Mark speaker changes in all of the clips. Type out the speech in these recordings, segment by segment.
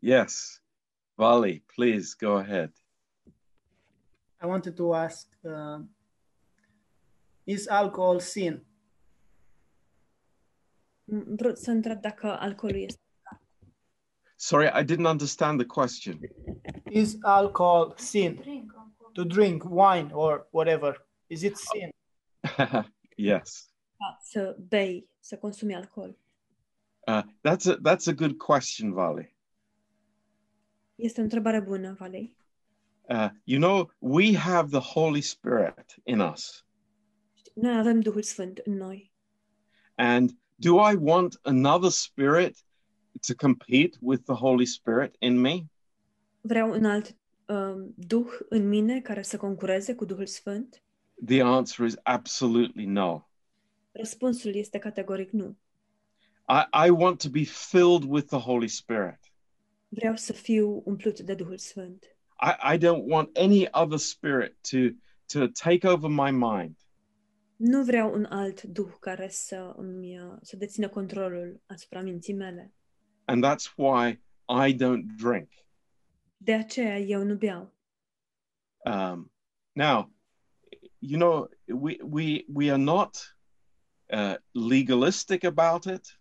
Speaker 1: Yes. Vali, please go ahead.
Speaker 2: I wanted to ask uh, Is alcohol sin?
Speaker 3: Vreau să întreb dacă alcoolul este.
Speaker 1: Sorry, I didn't understand the question.
Speaker 2: Is alcohol sin? To drink wine or whatever. Is it sin?
Speaker 1: yes.
Speaker 3: Să bei, să consumi alcool.
Speaker 1: Uh, that's a that's a good question, Vali.
Speaker 3: Este o întrebare bună, Valei.
Speaker 1: Uh, you know, we have the Holy Spirit in us.
Speaker 3: Știi, Noi avem Duhul Sfânt în noi.
Speaker 1: And do I want another spirit to compete with the Holy Spirit in me?
Speaker 3: Vreau un alt um, Duh în mine care să concureze cu Duhul Sfânt?
Speaker 1: The answer is absolutely no.
Speaker 3: Răspunsul este categoric nu.
Speaker 1: I, I want to be filled with the Holy Spirit.
Speaker 3: Vreau să fiu umplut de Duhul Sfânt.
Speaker 1: I, I don't want any other spirit to to take over my mind.
Speaker 3: Nu vreau un alt Duh care să, îmi, uh, să dețină controlul asupra minții mele.
Speaker 1: And that's why I don't drink.
Speaker 3: De aceea eu nu beau.
Speaker 1: Um, now, you know, we we we are not uh, legalistic about it.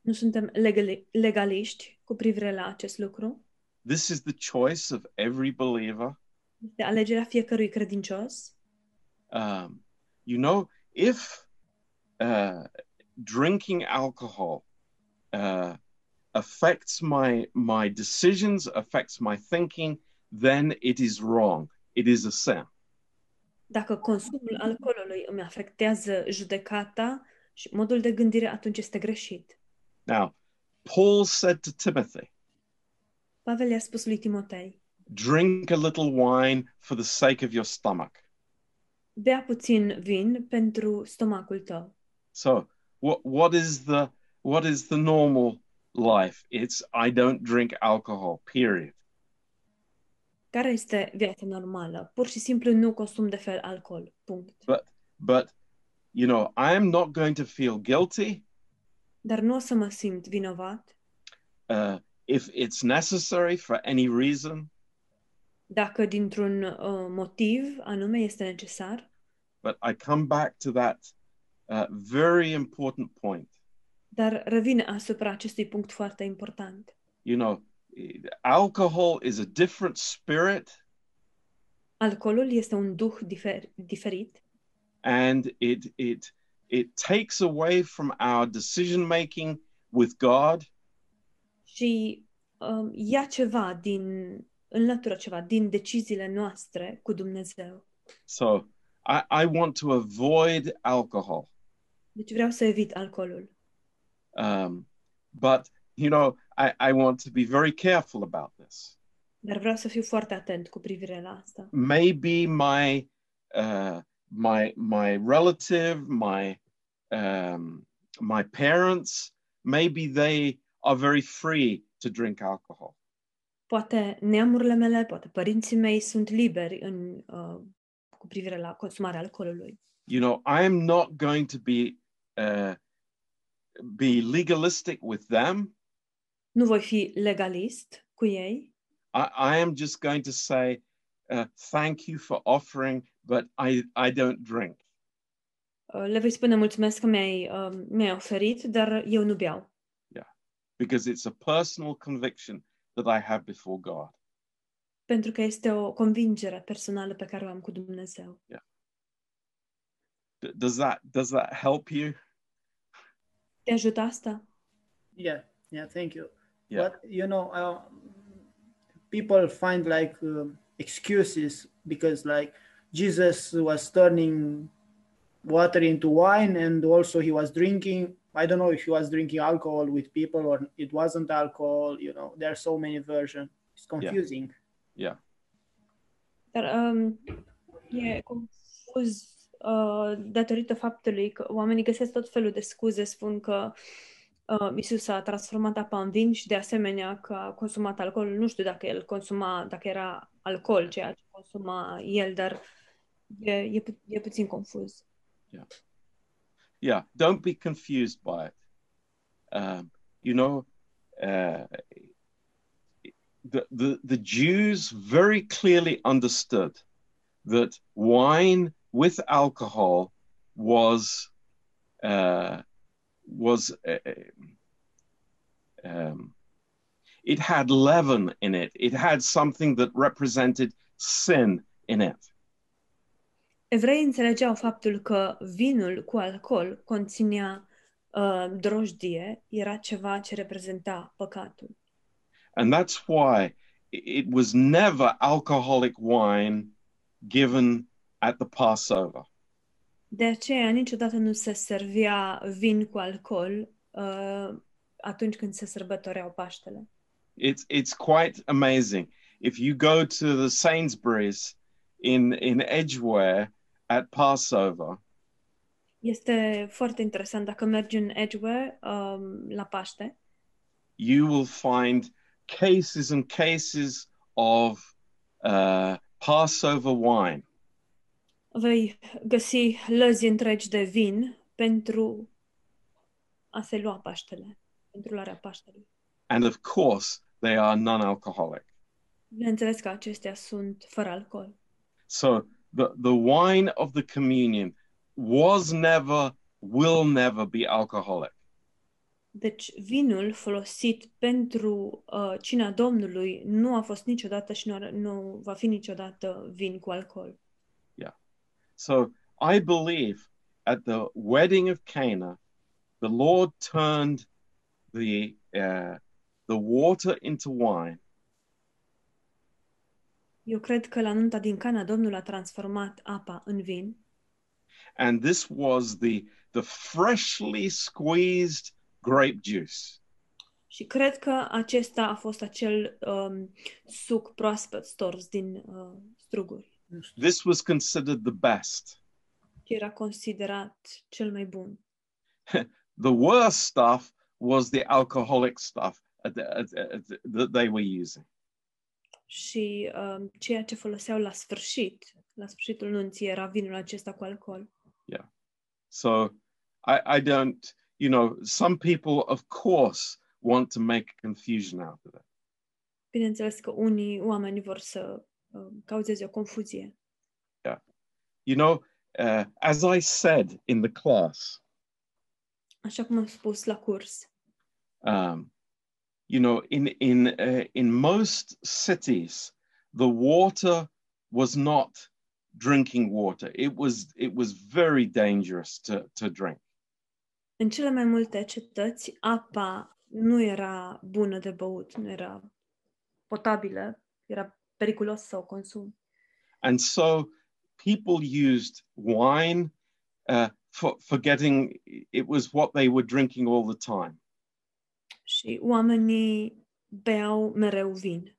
Speaker 3: Nu suntem legali- legaliști cu privire la acest lucru.
Speaker 1: This is the choice of every believer.
Speaker 3: Este alegerea fiecărui credincios.
Speaker 1: Um, you know, if uh, drinking alcohol uh, affects my my decisions, affects my thinking, then it is wrong. It is a sin.
Speaker 3: Dacă consumul alcoolului îmi afectează judecata și modul de gândire, atunci este greșit.
Speaker 1: Now, Paul said to Timothy,
Speaker 3: Pavel i-a spus lui Timotei,
Speaker 1: drink a little wine for the sake of your stomach.
Speaker 3: bea puțin vin pentru stomacul tău.
Speaker 1: So, what what is the what is the normal life? It's I don't drink alcohol. Period.
Speaker 3: Care este viața normală? Pur și simplu nu consum de fel alcool. Punct.
Speaker 1: But you know, I am not going to feel guilty
Speaker 3: Dar nu o să mă simt vinovat
Speaker 1: uh, if it's necessary for any reason.
Speaker 3: dacă dintr-un uh, motiv anume este necesar.
Speaker 1: But I come back to that uh, very important point.
Speaker 3: Dar revin asupra acestui punct foarte important.
Speaker 1: You know, alcohol is a different spirit,
Speaker 3: Alcoolul este un duh difer- diferit
Speaker 1: and it it it takes away from our decision making with God.
Speaker 3: și um, ia ceva din, înlătură ceva din deciziile noastre cu Dumnezeu.
Speaker 1: So I, I want to avoid alcohol.
Speaker 3: Deci vreau să evit alcoolul.
Speaker 1: Um, but, you know, I, I want to be very careful about this.
Speaker 3: Dar vreau să fiu foarte atent cu privire la asta.
Speaker 1: Maybe my, uh, my, my relative, my, um, my parents, maybe they are very free to drink alcohol.
Speaker 3: Poate neamurile mele, poate părinții mei sunt liberi în, uh, cu privire la consumarea alcoolului.
Speaker 1: You know, I am not going to be, uh, be legalistic with them.
Speaker 3: Nu voi fi legalist cu ei,
Speaker 1: I, I am just going to say, uh, thank you for offering, but I, I don't drink.
Speaker 3: uh, le voi spune mulțumesc că mi-ai, uh, mi-ai oferit, dar eu nu beau.
Speaker 1: because it's a personal conviction that I have before God.
Speaker 3: Pentru că este o convingere personală pe care o am cu Dumnezeu.
Speaker 1: D- does that does that help you?
Speaker 3: Te ajută asta?
Speaker 2: Yeah, yeah, thank you.
Speaker 1: Yeah.
Speaker 2: But you know, uh, people find like um, excuses because like Jesus was turning water into wine, and also he was drinking. I don't know if he was drinking alcohol with people or it wasn't alcohol. You know, there are so many versions. It's confusing.
Speaker 3: Dar um, e confuz uh, datorită faptului că oamenii găsesc tot felul de scuze, spun că uh, Isus a transformat apa în vin și de asemenea că a consumat alcool. Nu știu dacă el consuma, dacă era alcool ceea ce consuma el, dar e, e, pu- e puțin confuz.
Speaker 1: Yeah, don't be confused by it. Um, you know, uh, the, the, the Jews very clearly understood that wine with alcohol was uh, was uh, um, it had leaven in it. It had something that represented sin in it.
Speaker 3: Evreii înțelegeau faptul că vinul cu alcool conținea uh, drojdie, era ceva ce reprezenta păcatul.
Speaker 1: And that's why it was never alcoholic wine given at the Passover.
Speaker 3: De aceea niciodată nu se servia vin cu alcool uh, atunci când se sărbătoreau Paștele.
Speaker 1: It's it's quite amazing. If you go to the Sainsbury's in in Edgware at Passover,
Speaker 3: Este foarte interesant dacă mergi în Edgeware um, la Paște,
Speaker 1: you will find cases and cases of uh, Passover wine.
Speaker 3: vei găsi lăzi întregi de vin pentru a se lua Paștele, pentru luarea Paștelui.
Speaker 1: And of course, they are non alcoholic.
Speaker 3: Bineînțeles că acestea sunt fără alcool.
Speaker 1: So the, the wine of the communion was never, will never be alcoholic.
Speaker 3: Deci vinul folosit pentru uh, cina Domnului nu a fost niciodată și nu, are, nu va fi niciodată vin cu alcool.
Speaker 1: So I believe at the wedding of Cana, the Lord turned the, uh, the water into wine
Speaker 3: Eu cred că la nunta din Cana Domnul a transformat apa în vin
Speaker 1: and this was the the freshly squeezed grape juice
Speaker 3: și cred că acesta a fost acel um, suc proaspăt stors din uh, struguri,
Speaker 1: this was considered the best
Speaker 3: ce era considerat cel mai bun.
Speaker 1: the worst stuff was the alcoholic stuff at the- at- at- that they were using
Speaker 3: Și um, ceea ce foloseau la sfârșit, la sfârșitul nunții, era vinul acesta cu alcool.
Speaker 1: so i i don't you know some people of course want to make a confusion out of it
Speaker 3: Bineînțeles că unii oameni vor să uh, cauzeze o confuzie.
Speaker 1: you know uh, as i said in the class
Speaker 3: Așa cum am spus la curs,
Speaker 1: um, you know in in uh, in most cities the water was not drinking water it was it was very dangerous to to drink
Speaker 3: în cele mai multe cetăți, apa nu era bună de băut, nu era potabilă, era periculos să o consumi.
Speaker 1: and so people used wine uh, for for getting it was what they were drinking all the time
Speaker 3: Și oamenii beau mereu vin.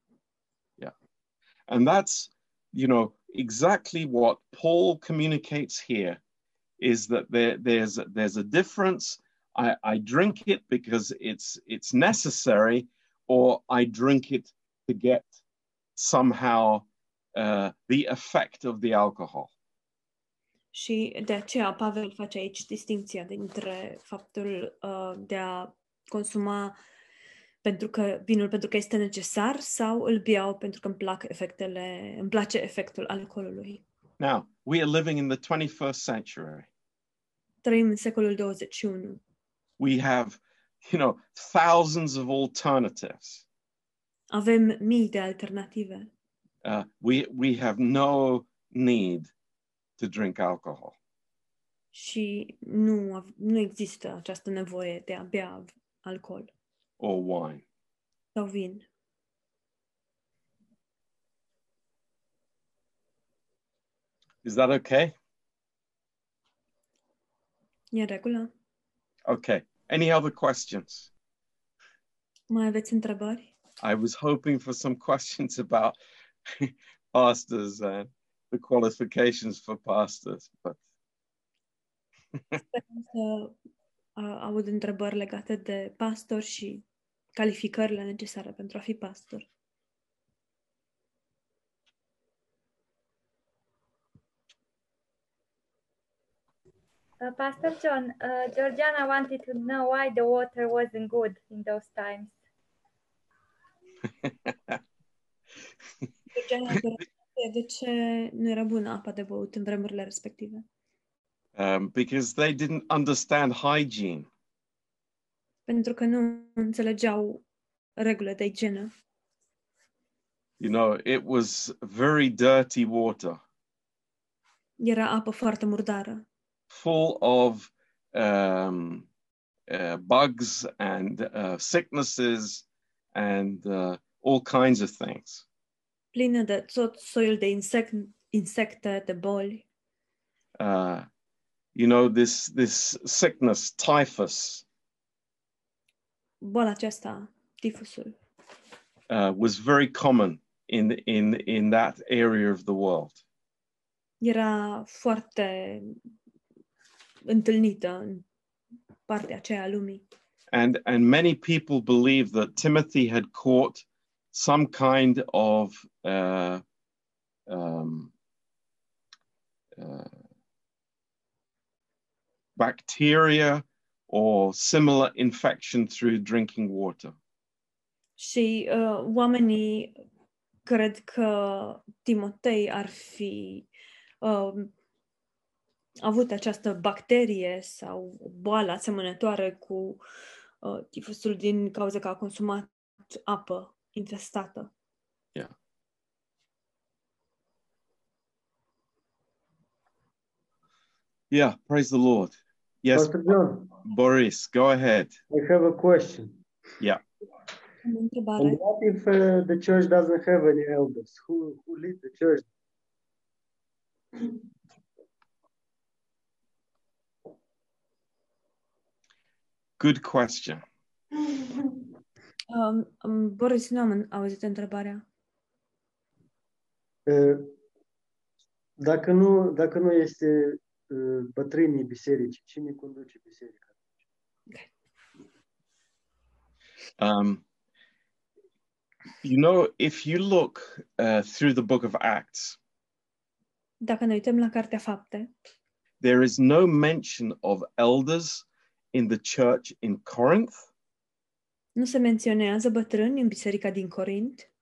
Speaker 1: and that's you know exactly what paul communicates here is that there, there's there's a difference I, I drink it because it's it's necessary or i drink it to get somehow uh, the effect of the alcohol
Speaker 3: Și de aceea Pavel face aici distinția dintre faptul uh, de a consuma pentru că vinul pentru că este necesar sau îl beau pentru că îmi plac efectele, îmi place efectul alcoolului.
Speaker 1: now we are living in the 21st century
Speaker 3: Trăim în secolul 21.
Speaker 1: we have you know thousands of alternatives
Speaker 3: Avem mii de alternative.
Speaker 1: uh, we we have no need to drink alcohol
Speaker 3: și nu, av- nu există această nevoie de a bea alcool
Speaker 1: or wine
Speaker 3: sau vin.
Speaker 1: Is that okay?
Speaker 3: E în regulă?
Speaker 1: Okay. Any other questions?
Speaker 3: Mai aveți întrebări?
Speaker 1: I was hoping for some questions about pastors and the qualifications for pastors, but
Speaker 3: Să a, aud întrebări legate de pastor și calificările necesare pentru a fi pastor.
Speaker 4: Uh, Pastor John, uh, Georgiana wanted to know why the water wasn't good in those times.
Speaker 3: Georgiana are dreptate, de ce nu era bună apa de băut în vremurile respective?
Speaker 1: um, because they didn't understand hygiene.
Speaker 3: Pentru că nu înțelegeau regulile de igienă.
Speaker 1: You know, it was very dirty water,
Speaker 3: Era apă foarte murdară,
Speaker 1: full of um, uh, bugs and uh, sicknesses and uh, all kinds of things.
Speaker 3: plină de tot soiul de insect, insecte, de boli.
Speaker 1: Uh, you know, this this sickness, typhus,
Speaker 3: Boala aceasta, tifusul,
Speaker 1: uh, was very common in in in that area of the world.
Speaker 3: era foarte întâlnită în partea aceea a lumii.
Speaker 1: and and many people believe that Timothy had caught some kind of uh, um, uh, bacteria or similar infection through drinking water.
Speaker 3: Și uh, oamenii cred că Timotei ar fi uh, avut această bacterie sau o boală asemănătoare cu uh, tifusul din cauza că a consumat apă infestată.
Speaker 1: Yeah, praise the Lord. Yes,
Speaker 5: Pastor John,
Speaker 1: Boris, go ahead.
Speaker 5: I have a question.
Speaker 3: Am o
Speaker 5: And
Speaker 3: întrebare.
Speaker 5: what if uh, the church doesn't have any elders? Who who lead the church?
Speaker 1: Good question.
Speaker 3: Um, um, Boris, nu am auzit întrebarea.
Speaker 5: Uh, dacă nu dacă nu este uh, bătrânii bisericii, cine conduce biserica?
Speaker 1: Um, you know, if you look uh, through the book of Acts,
Speaker 3: Dacă ne uităm la Cartea Fapte,
Speaker 1: there is no mention of elders in the church in Corinth.
Speaker 3: nu se menționează bătrâni în biserica din Corint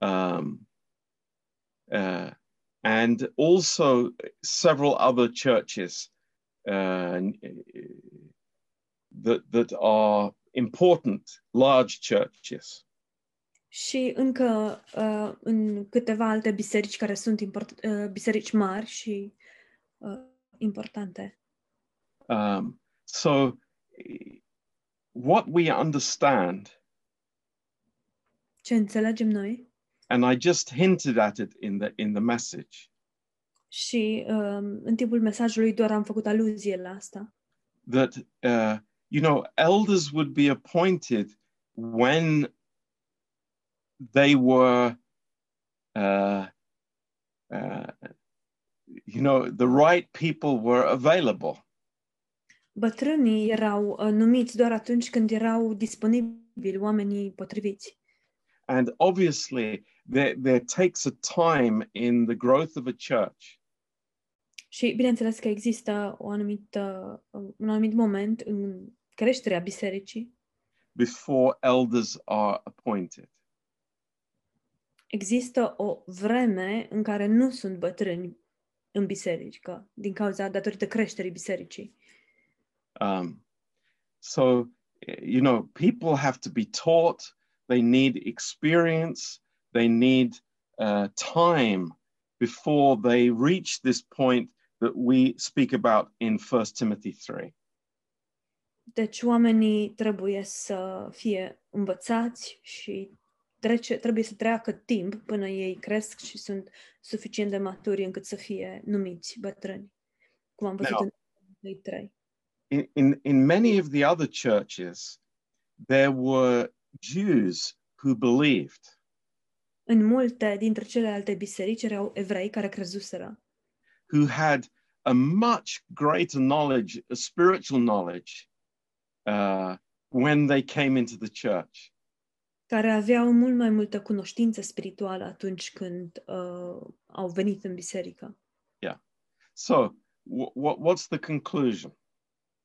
Speaker 1: Um, uh, and also several other churches uh, that, that are important, large churches.
Speaker 3: Și încă uh, în câteva alte biserici care sunt import- uh, biserici mari și uh, importante.
Speaker 1: Um, so, eh, what we understand,
Speaker 3: Ce înțelegem noi
Speaker 1: and I just hinted at it in the, in the message,
Speaker 3: și uh, în timpul mesajului doar am făcut aluzie la asta,
Speaker 1: that uh, you know elders would be appointed when they were uh, uh, you know the right people were available
Speaker 3: bătrânii erau uh, numiți doar atunci când erau disponibili oamenii potriviți.
Speaker 1: and obviously there, there takes a time in the growth of a church
Speaker 3: Și bineînțeles că există o anumită, uh, un anumit moment în creșterea bisericii,
Speaker 1: before elders are appointed
Speaker 3: există o vreme în care nu sunt bătrâni în biserică, din cauza, datorită creșterii bisericii.
Speaker 1: um, so eh, you know people have to be taught they need experience they need uh, time before they reach this point that we speak about in First timothy 3
Speaker 3: Deci oamenii trebuie să fie învățați și trece, trebuie să treacă timp până ei cresc și sunt suficient de maturi încât să fie numiți bătrâni, cum am văzut
Speaker 1: Now-
Speaker 3: în 2 3.
Speaker 1: in, in, in many of the other churches there were jews who believed
Speaker 3: În multe dintre celelalte biserici erau evrei care crezuseră,
Speaker 1: who had a much greater knowledge a spiritual knowledge uh, when they came into the church
Speaker 3: care aveau mult mai multă cunoștință spirituală atunci când uh, au venit în biserică.
Speaker 1: So, wh- wh- what's the conclusion?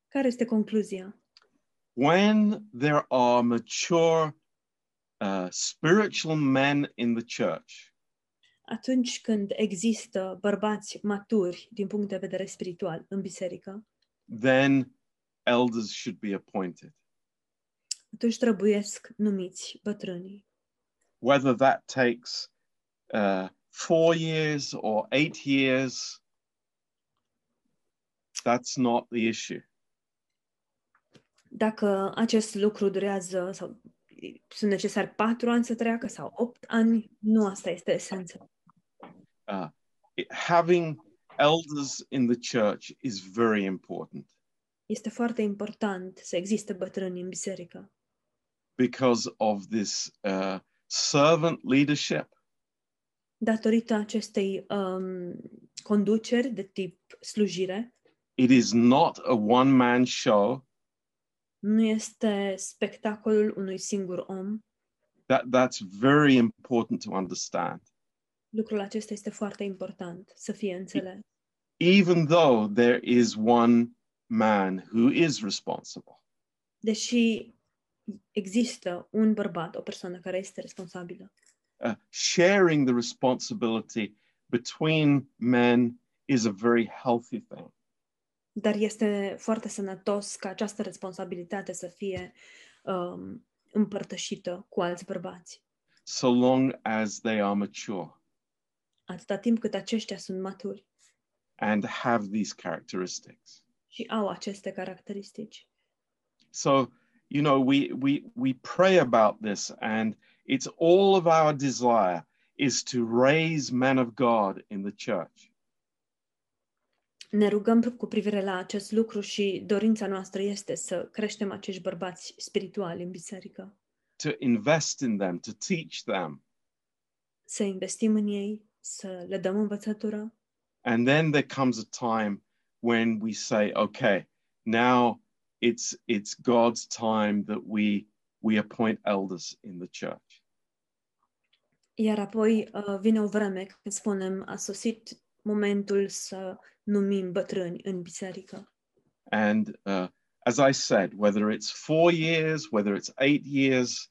Speaker 3: Care este concluzia?
Speaker 1: When there are mature uh, spiritual men in the church
Speaker 3: atunci când există bărbați maturi din punct de vedere spiritual în biserică,
Speaker 1: then elders should be appointed
Speaker 3: atunci trebuiesc numiți bătrânii.
Speaker 1: whether that takes uh, four years or eight years that's not the issue
Speaker 3: Dacă acest lucru durează sau sunt necesari patru ani să treacă sau opt ani, nu asta este esența.
Speaker 1: It- having elders in the church is very important
Speaker 3: Este foarte important să existe bătrâni în biserică,
Speaker 1: because of this uh, servant leadership
Speaker 3: datorită acestei um, conduceri de tip slujire.
Speaker 1: it is not a one man show
Speaker 3: Nu este spectacolul unui singur om.
Speaker 1: that that's very important to understand
Speaker 3: Lucrul acesta este foarte important să fie înțeles.
Speaker 1: even though there is one man who is responsible
Speaker 3: deși există un bărbat, o persoană care este responsabilă,
Speaker 1: Uh, sharing the responsibility between men is a very healthy thing
Speaker 3: dar este foarte sănătos ca această responsabilitate să fie um, împărtășită cu alți bărbați,
Speaker 1: so long as they are mature
Speaker 3: atâta timp cât aceștia sunt maturi
Speaker 1: and have these characteristics
Speaker 3: și au aceste caracteristici.
Speaker 1: so you know we we we pray about this and it's all of our desire is to raise men of god in the church
Speaker 3: Ne rugăm cu privire la acest lucru și dorința noastră este să creștem acești bărbați spirituali în biserică,
Speaker 1: to invest in them to teach them
Speaker 3: să investim în ei, să le dăm învățătură
Speaker 1: and then there comes a time when we say okay now it's it's god's time that we we appoint elders in the church
Speaker 3: Iar apoi uh, vine o vreme când spunem a sosit momentul să numim bătrâni în biserică.
Speaker 1: and uh, as i said whether it's 4 years whether it's 8 years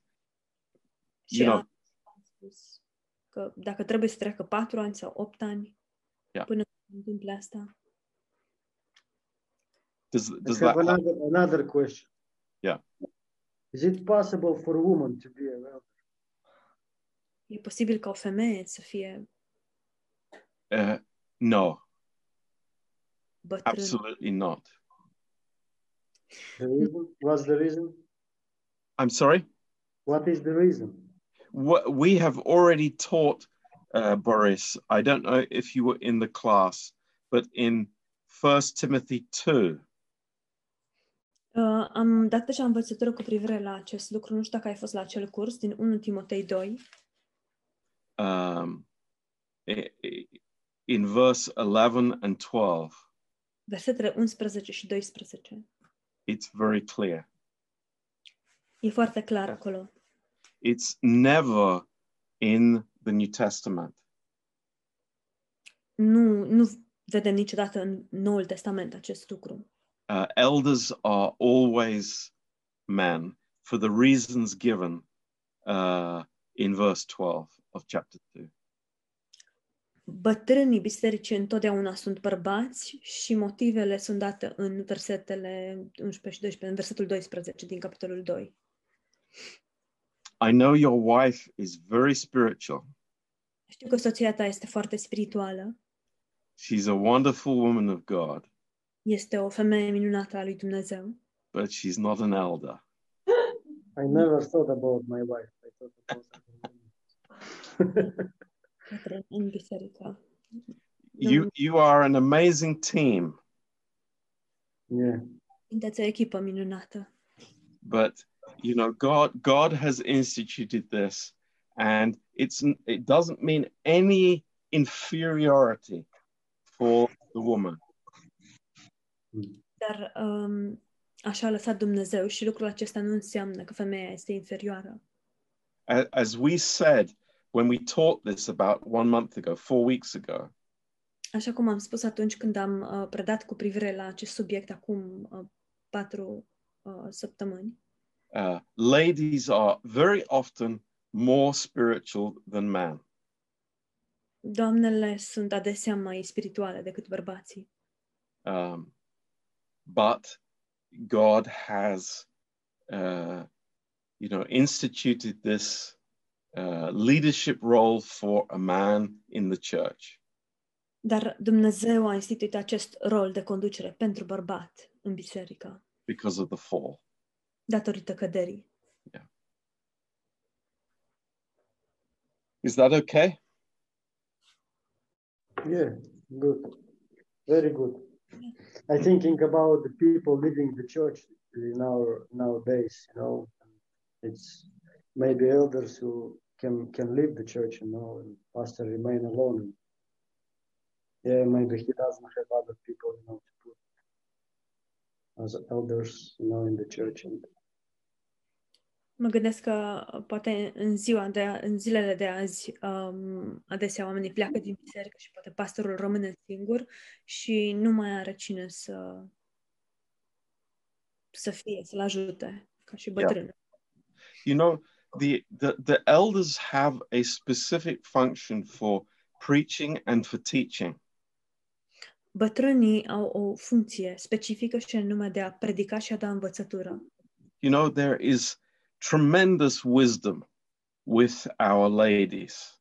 Speaker 3: Și
Speaker 1: Eu-
Speaker 3: am spus că dacă trebuie să treacă patru ani sau opt ani
Speaker 1: Yeah.
Speaker 3: până se întâmplă asta.
Speaker 1: does does
Speaker 5: I have
Speaker 1: that help?
Speaker 5: another, another question.
Speaker 1: Yeah.
Speaker 5: Is it possible for a woman to be an elder?
Speaker 3: E posibil ca o femeie să fie
Speaker 1: Uh, no
Speaker 3: bătrână.
Speaker 1: absolutely not
Speaker 5: The reason? What's the reason?
Speaker 1: i'm sorry
Speaker 5: What is the reason?
Speaker 1: Wh- we have already taught uh, boris i don't know if you were in the class but in first timothy 2
Speaker 3: Uh, am dat deja învățătură cu privire la acest lucru. Nu știu dacă ai fost la acel curs din 1 Timotei 2,
Speaker 1: um, i- i- in verse 11 and 12,
Speaker 3: versetele 11 și 12.
Speaker 1: it's very clear.
Speaker 3: E foarte clar acolo.
Speaker 1: It's never in the New Testament.
Speaker 3: nu, nu vedem niciodată în Noul Testament acest lucru.
Speaker 1: Uh, elders are always men for the reasons given uh, in verse 12 of chapter 2.
Speaker 3: Bătrânii bisericii întotdeauna sunt bărbați și motivele sunt date în versetele 11 și 12, în versetul 12 din capitolul 2.
Speaker 1: I know your wife is very spiritual.
Speaker 3: Știu că soția ta este foarte spirituală,
Speaker 1: She's a wonderful woman of God,
Speaker 3: este o femeie minunată a lui Dumnezeu,
Speaker 1: but she's not an elder.
Speaker 5: I never thought about my wife. I thought about
Speaker 3: bătrâni în biserică.
Speaker 1: You, you are an amazing team.
Speaker 5: yeah.
Speaker 3: Sunteți o echipă minunată,
Speaker 1: but you know god god has instituted this and it's it doesn't mean any inferiority for the woman
Speaker 3: dar um, așa a lăsat Dumnezeu și lucrul acesta nu înseamnă că femeia este inferioară.
Speaker 1: A- as we said when we taught this about one month ago four weeks ago
Speaker 3: Așa cum am spus atunci când am uh, predat cu privire la acest subiect acum uh, patru uh, săptămâni,
Speaker 1: uh, ladies are very often more spiritual than man.
Speaker 3: Doamnele sunt adesea mai spirituale decât bărbații,
Speaker 1: Um, but God has, uh, you know, instituted this uh, leadership role for a man in the church.
Speaker 3: dar Dumnezeu a instituit acest rol de conducere pentru bărbat în biserică,
Speaker 1: because of the fall.
Speaker 3: datorită căderii.
Speaker 1: Is that okay?
Speaker 5: Yeah, good. Very good. I thinking about the people leaving the church in our nowadays, you know, it's maybe elders who can can leave the church, you know, and pastor remain alone. Yeah, maybe he doesn't have other people, you know, to put as elders, you know, in the church. And
Speaker 3: Mă gândesc că uh, poate în ziua de în zilele de azi um, adesea oamenii pleacă din biserică și poate pastorul rămâne singur și nu mai are cine să să fie, să-l ajute, ca și
Speaker 1: Yeah.
Speaker 3: bătrân.
Speaker 1: You know, the, the, the elders have a specific function for preaching and for teaching.
Speaker 3: Bătrânii au o funcție specifică și anume de a predica și a da învățătură.
Speaker 1: You know, there is tremendous wisdom with our ladies.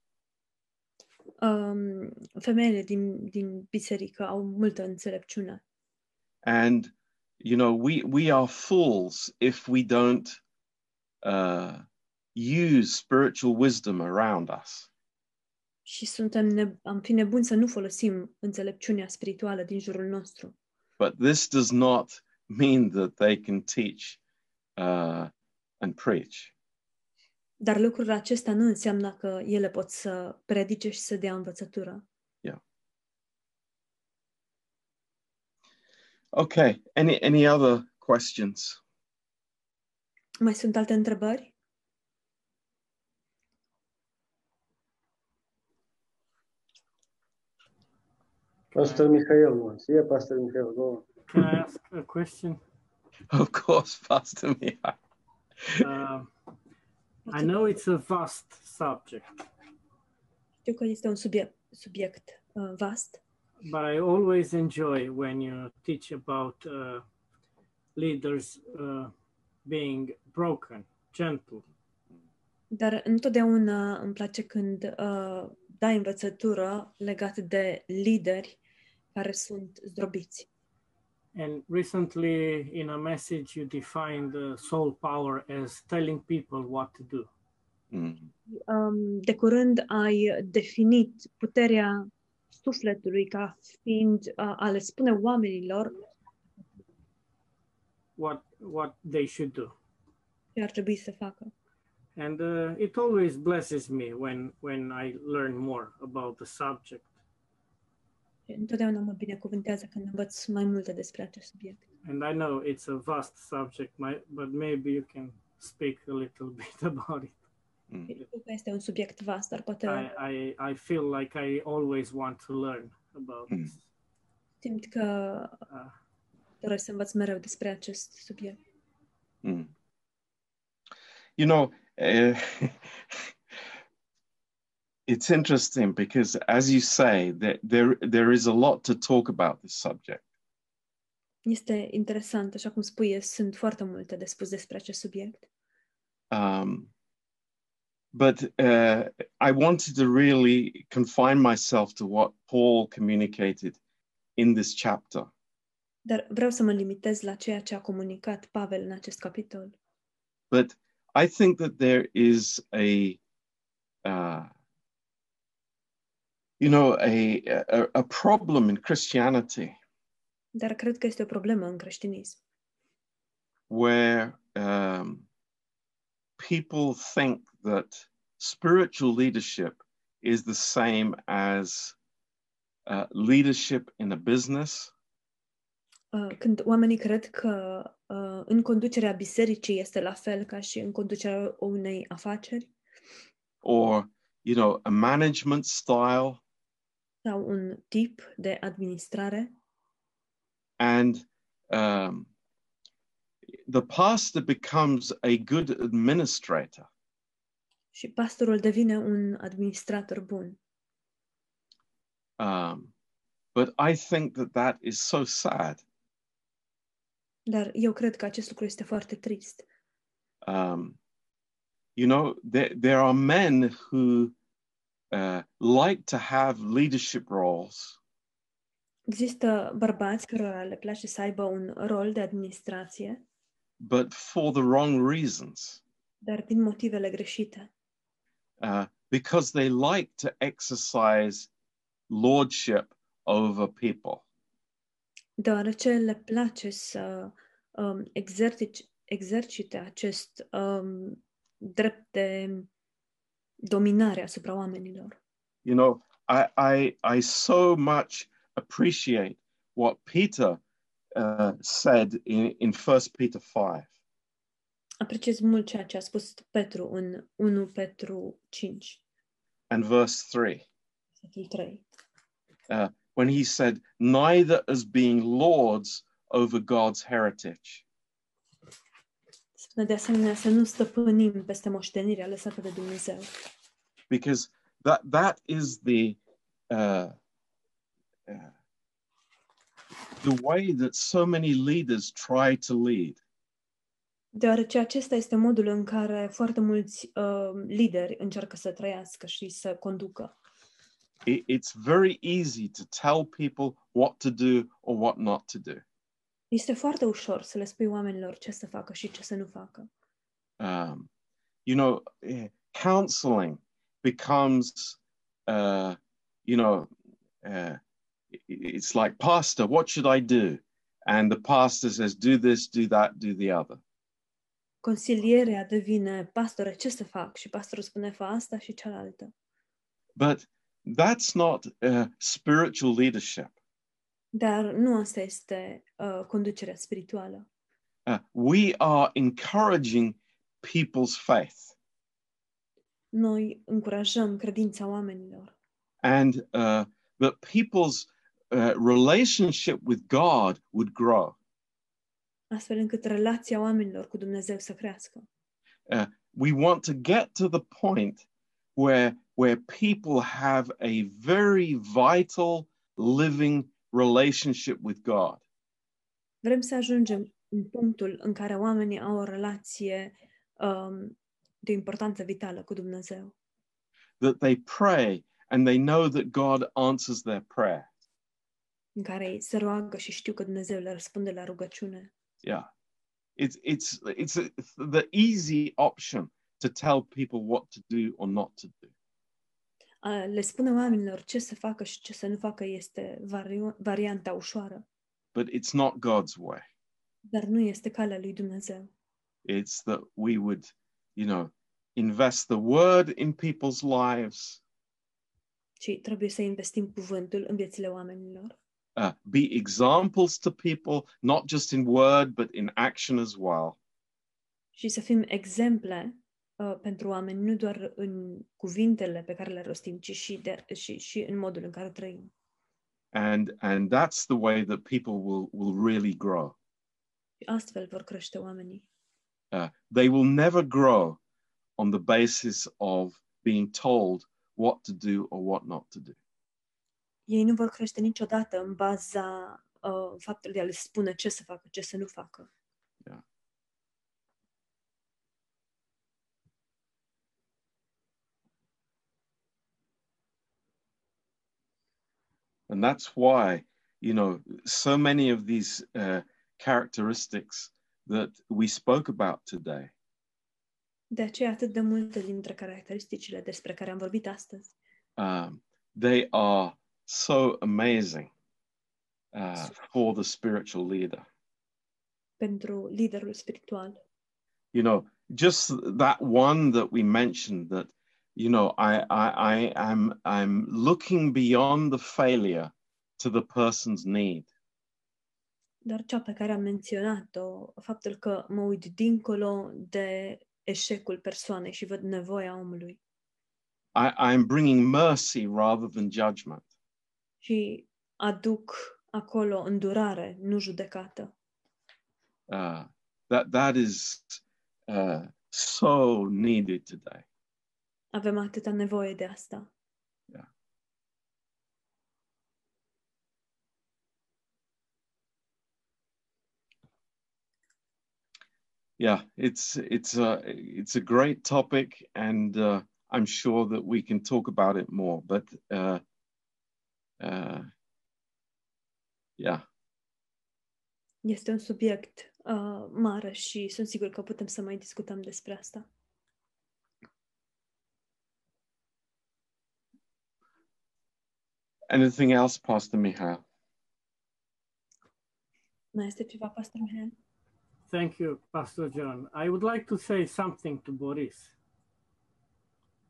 Speaker 3: Um, femeile din, din biserică au multă înțelepciune
Speaker 1: And, you know, we, we are fools if we don't uh, use spiritual wisdom around us.
Speaker 3: și suntem ne- am fi nebuni să nu folosim înțelepciunea spirituală din jurul nostru.
Speaker 1: but this does not mean that they can teach uh, and preach.
Speaker 3: Dar lucrul acesta nu înseamnă că ele pot să predice și să dea învățătură.
Speaker 1: Okay. Any any other questions?
Speaker 3: Mai sunt alte întrebări?
Speaker 5: Pastor Mikhail wants. Yeah, Pastor Mikhail, go on.
Speaker 6: Can I ask a question?
Speaker 1: Of course, Pastor Mia.
Speaker 6: Um, I know it's a vast subject,
Speaker 3: Știu că este un subiect, subiect uh, vast,
Speaker 6: but I always enjoy when you teach about uh, leaders uh, being broken, gentle.
Speaker 3: dar întotdeauna îmi place când uh, dai învățătură legată de lideri care sunt zdrobiți.
Speaker 6: And recently, in a message, you defined uh, soul power as telling people what to do.
Speaker 1: Mm.
Speaker 3: Um, de curând ai definit puterea sufletului ca fiind uh, a le spune oamenilor
Speaker 6: what what they should do
Speaker 3: ce ar trebui să facă.
Speaker 6: and uh, it always blesses me when when i learn more about the subject
Speaker 3: Întotdeauna mă binecuvântează când învăț mai multe despre acest subiect.
Speaker 6: and i know it's a vast subject my, but maybe you can speak a little bit about it
Speaker 1: Mm.
Speaker 3: Știu că este un subiect vast, dar poate
Speaker 6: I, I i feel like i always want to learn about
Speaker 1: Mm.
Speaker 6: this
Speaker 3: simt că
Speaker 6: uh,
Speaker 3: doresc să învăț mereu despre acest subiect.
Speaker 1: Mm. You know, uh, it's interesting because, as you say, that there there is a lot to talk about this subject.
Speaker 3: Este interesant, așa cum spui, sunt foarte multe de spus despre acest subiect,
Speaker 1: um, but uh, I wanted to really confine myself to what Paul communicated in this chapter.
Speaker 3: dar vreau să mă limitez la ceea ce a comunicat Pavel în acest capitol.
Speaker 1: But I think that there is a, uh, you know, a, a a problem in Christianity
Speaker 3: Dar cred că este o problemă în creștinism,
Speaker 1: where um, people think that spiritual leadership is the same as uh, leadership in a business
Speaker 3: Uh, când oamenii cred că uh, în conducerea bisericii este la fel ca și în conducerea unei afaceri
Speaker 1: or you know a management style
Speaker 3: sau un tip de administrare
Speaker 1: and um, the pastor becomes a good administrator
Speaker 3: și pastorul devine un administrator bun.
Speaker 1: Um, but I think that that is so sad.
Speaker 3: Dar eu cred că acest lucru este foarte trist.
Speaker 1: Um, you know, there, there are men who uh, like to have leadership roles,
Speaker 3: Există bărbați cărora le place să aibă un rol de administrație,
Speaker 1: but for the wrong reasons,
Speaker 3: dar din motivele greșite,
Speaker 1: uh, because they like to exercise lordship over people.
Speaker 3: deoarece le place să um, exercici, exercite acest um, drept de dominare asupra oamenilor.
Speaker 1: You know, I, I, I so much appreciate what Peter uh, said in, in 1 Peter 5.
Speaker 3: Apreciez mult ceea ce a spus Petru în 1 Petru 5,
Speaker 1: and verse 3
Speaker 3: versetul 3,
Speaker 1: when he said, Neither as being lords over God's heritage.
Speaker 3: spune de asemenea să nu stăpânim peste moștenirea lăsată de Dumnezeu.
Speaker 1: Because that, that is the, uh, uh, the way that so many leaders try to lead.
Speaker 3: Deoarece acesta este modul în care foarte mulți uh, lideri încearcă să trăiască și să conducă.
Speaker 1: It- it's very easy to tell people what to do or what not to do.
Speaker 3: Este foarte ușor să le spui oamenilor ce să facă și ce să nu facă.
Speaker 1: Um, you know, eh, counseling becomes, uh, you know, uh, i- i- it's like, Pastor, what should I do? And the pastor says, Do this, do that, do the other.
Speaker 3: Consilierea devine, pastore, ce să fac? Și pastorul spune, fa asta și cealaltă.
Speaker 1: But that's not uh, spiritual leadership.
Speaker 3: Dar nu asta este uh, conducerea spirituală.
Speaker 1: Uh, we are encouraging people's faith.
Speaker 3: Noi încurajăm credința oamenilor
Speaker 1: And uh, that people's uh, relationship with God would grow.
Speaker 3: astfel încât relația oamenilor cu Dumnezeu să crească.
Speaker 1: we want to get to the point where where people have a very vital living relationship with God.
Speaker 3: Vrem să ajungem în punctul în care oamenii au o relație um, de importanță vitală cu Dumnezeu.
Speaker 1: That they pray and they know that God answers their prayer.
Speaker 3: în care ei se roagă și știu că Dumnezeu le răspunde la rugăciune.
Speaker 1: Yeah. It's it's it's the easy option to tell people what to do or not to do.
Speaker 3: A, Le spune oamenilor ce să facă și ce să nu facă este vario- varianta ușoară,
Speaker 1: But it's not God's way.
Speaker 3: dar nu este calea lui Dumnezeu.
Speaker 1: It's that we would, you know, invest the word in people's lives,
Speaker 3: Ci trebuie să investim cuvântul în viețile oamenilor,
Speaker 1: uh, be examples to people, not just in word, but in action as well.
Speaker 3: și să fim exemple uh, pentru oameni, nu doar în cuvintele pe care le rostim, ci și, de, și, și în modul în care trăim.
Speaker 1: And, and that's the way that people will, will really grow.
Speaker 3: Și astfel vor crește oamenii.
Speaker 1: Uh, they will never grow on the basis of being told what to do or what not to do.
Speaker 3: Ei nu vor crește niciodată în baza uh, faptului de a le spune ce să facă, ce să nu facă.
Speaker 1: And that's why, you know, so many of these uh, characteristics that we spoke about today
Speaker 3: De aceea atât de multe dintre caracteristicile despre care am vorbit astăzi
Speaker 1: um, they are so amazing uh, for the spiritual leader.
Speaker 3: pentru liderul spiritual.
Speaker 1: You know, just that one that we mentioned that, you know, I, I, I am I'm looking beyond the failure to the person's need.
Speaker 3: Dar cea pe care am menționat-o, faptul că mă uit dincolo de eșecul persoanei și văd nevoia omului
Speaker 1: I, I'm bringing mercy rather than judgment.
Speaker 3: și aduc acolo îndurare, nu judecată.
Speaker 1: Uh, that that is uh, so needed today.
Speaker 3: Avem atâta nevoie de asta.
Speaker 1: yeah it's it's a it's a great topic and uh, i'm sure that we can talk about it more but uh, uh, yeah
Speaker 3: Este un subiect uh, mare și sunt sigur că putem să mai discutăm despre asta.
Speaker 1: anything else pastor mihail
Speaker 3: Mai este ceva, Pastor Mihail?
Speaker 6: Thank you, Pastor John. I would like to say something to Boris,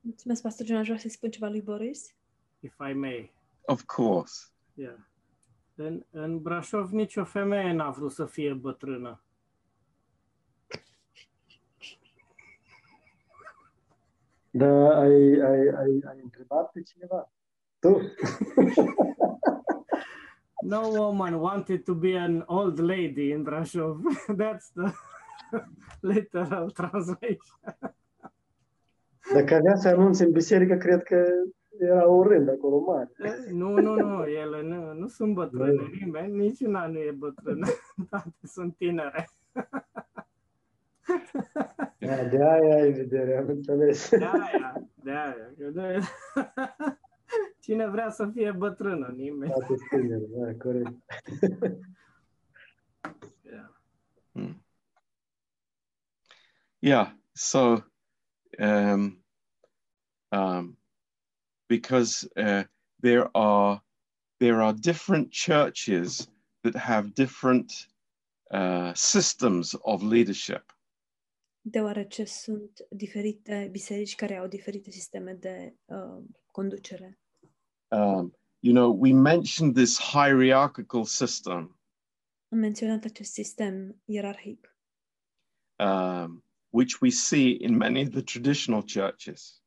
Speaker 3: Mulțumesc, Pastor John. Aș vrea să-i spun ceva lui Boris.
Speaker 6: if I may.
Speaker 1: of course
Speaker 6: Yeah. În, în Brașov nicio femeie n-a vrut să fie bătrână.
Speaker 5: Da, ai, ai, ai, ai întrebat pe cineva? Tu?
Speaker 6: No woman wanted to be an old lady in Brașov. That's the literal translation.
Speaker 5: Dacă avea să anunțe în biserică, cred că era un rând acolo mare.
Speaker 6: Nu, nu, nu, ele nu, nu sunt bătrâne, nimeni, nici una nu e bătrână, toate sunt tinere.
Speaker 5: Da, Ah, de aia ai vedere, am înțeles.
Speaker 6: De aia, de aia. că de- Cine vrea să fie bătrână? Nimeni.
Speaker 5: Toate tineri, da, corect.
Speaker 1: Mm. Yeah, so um, um, because uh, there are there are different churches that have different uh, systems of leadership,
Speaker 3: Deoarece sunt diferite biserici care au diferite sisteme de uh, conducere.
Speaker 1: um, you know, we mentioned this hierarchical system.
Speaker 3: Am menționat acest sistem ierarhic,
Speaker 1: um, which we see in many of the traditional churches.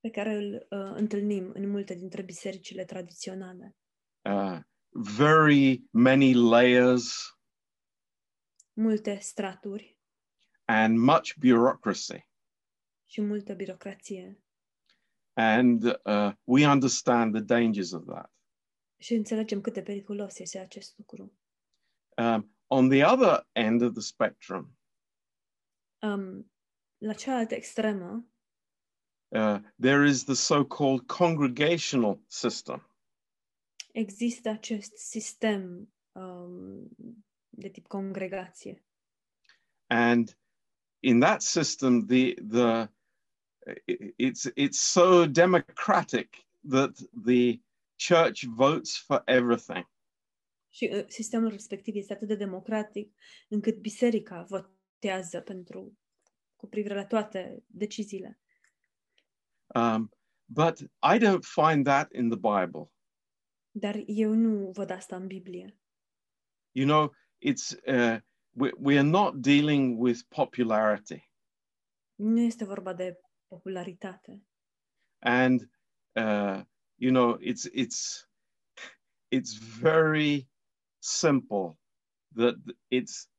Speaker 3: pe care îl uh, întâlnim în multe dintre bisericile tradiționale.
Speaker 1: Uh, very many layers
Speaker 3: Multe straturi
Speaker 1: and much bureaucracy.
Speaker 3: și multă birocrație.
Speaker 1: And uh, we understand the dangers of that.
Speaker 3: Și înțelegem cât de periculos este acest lucru.
Speaker 1: Um, on the other end of the spectrum,
Speaker 3: Um, la cealaltă extremă
Speaker 1: uh, there is the so called congregational system,
Speaker 3: există acest sistem um, de tip congregație.
Speaker 1: and in that system, the the i- it's it's so democratic that the church votes for everything.
Speaker 3: Și uh, sistemul respectiv este atât de democratic încât biserica votează pentru cu privire la toate deciziile.
Speaker 1: Um, but I don't find that in the Bible.
Speaker 3: Dar eu nu văd asta în Biblie.
Speaker 1: You know, it's uh, we, we are not dealing with popularity,
Speaker 3: Nu este vorba de popularitate.
Speaker 1: and uh, you know, it's it's it's very simple that it's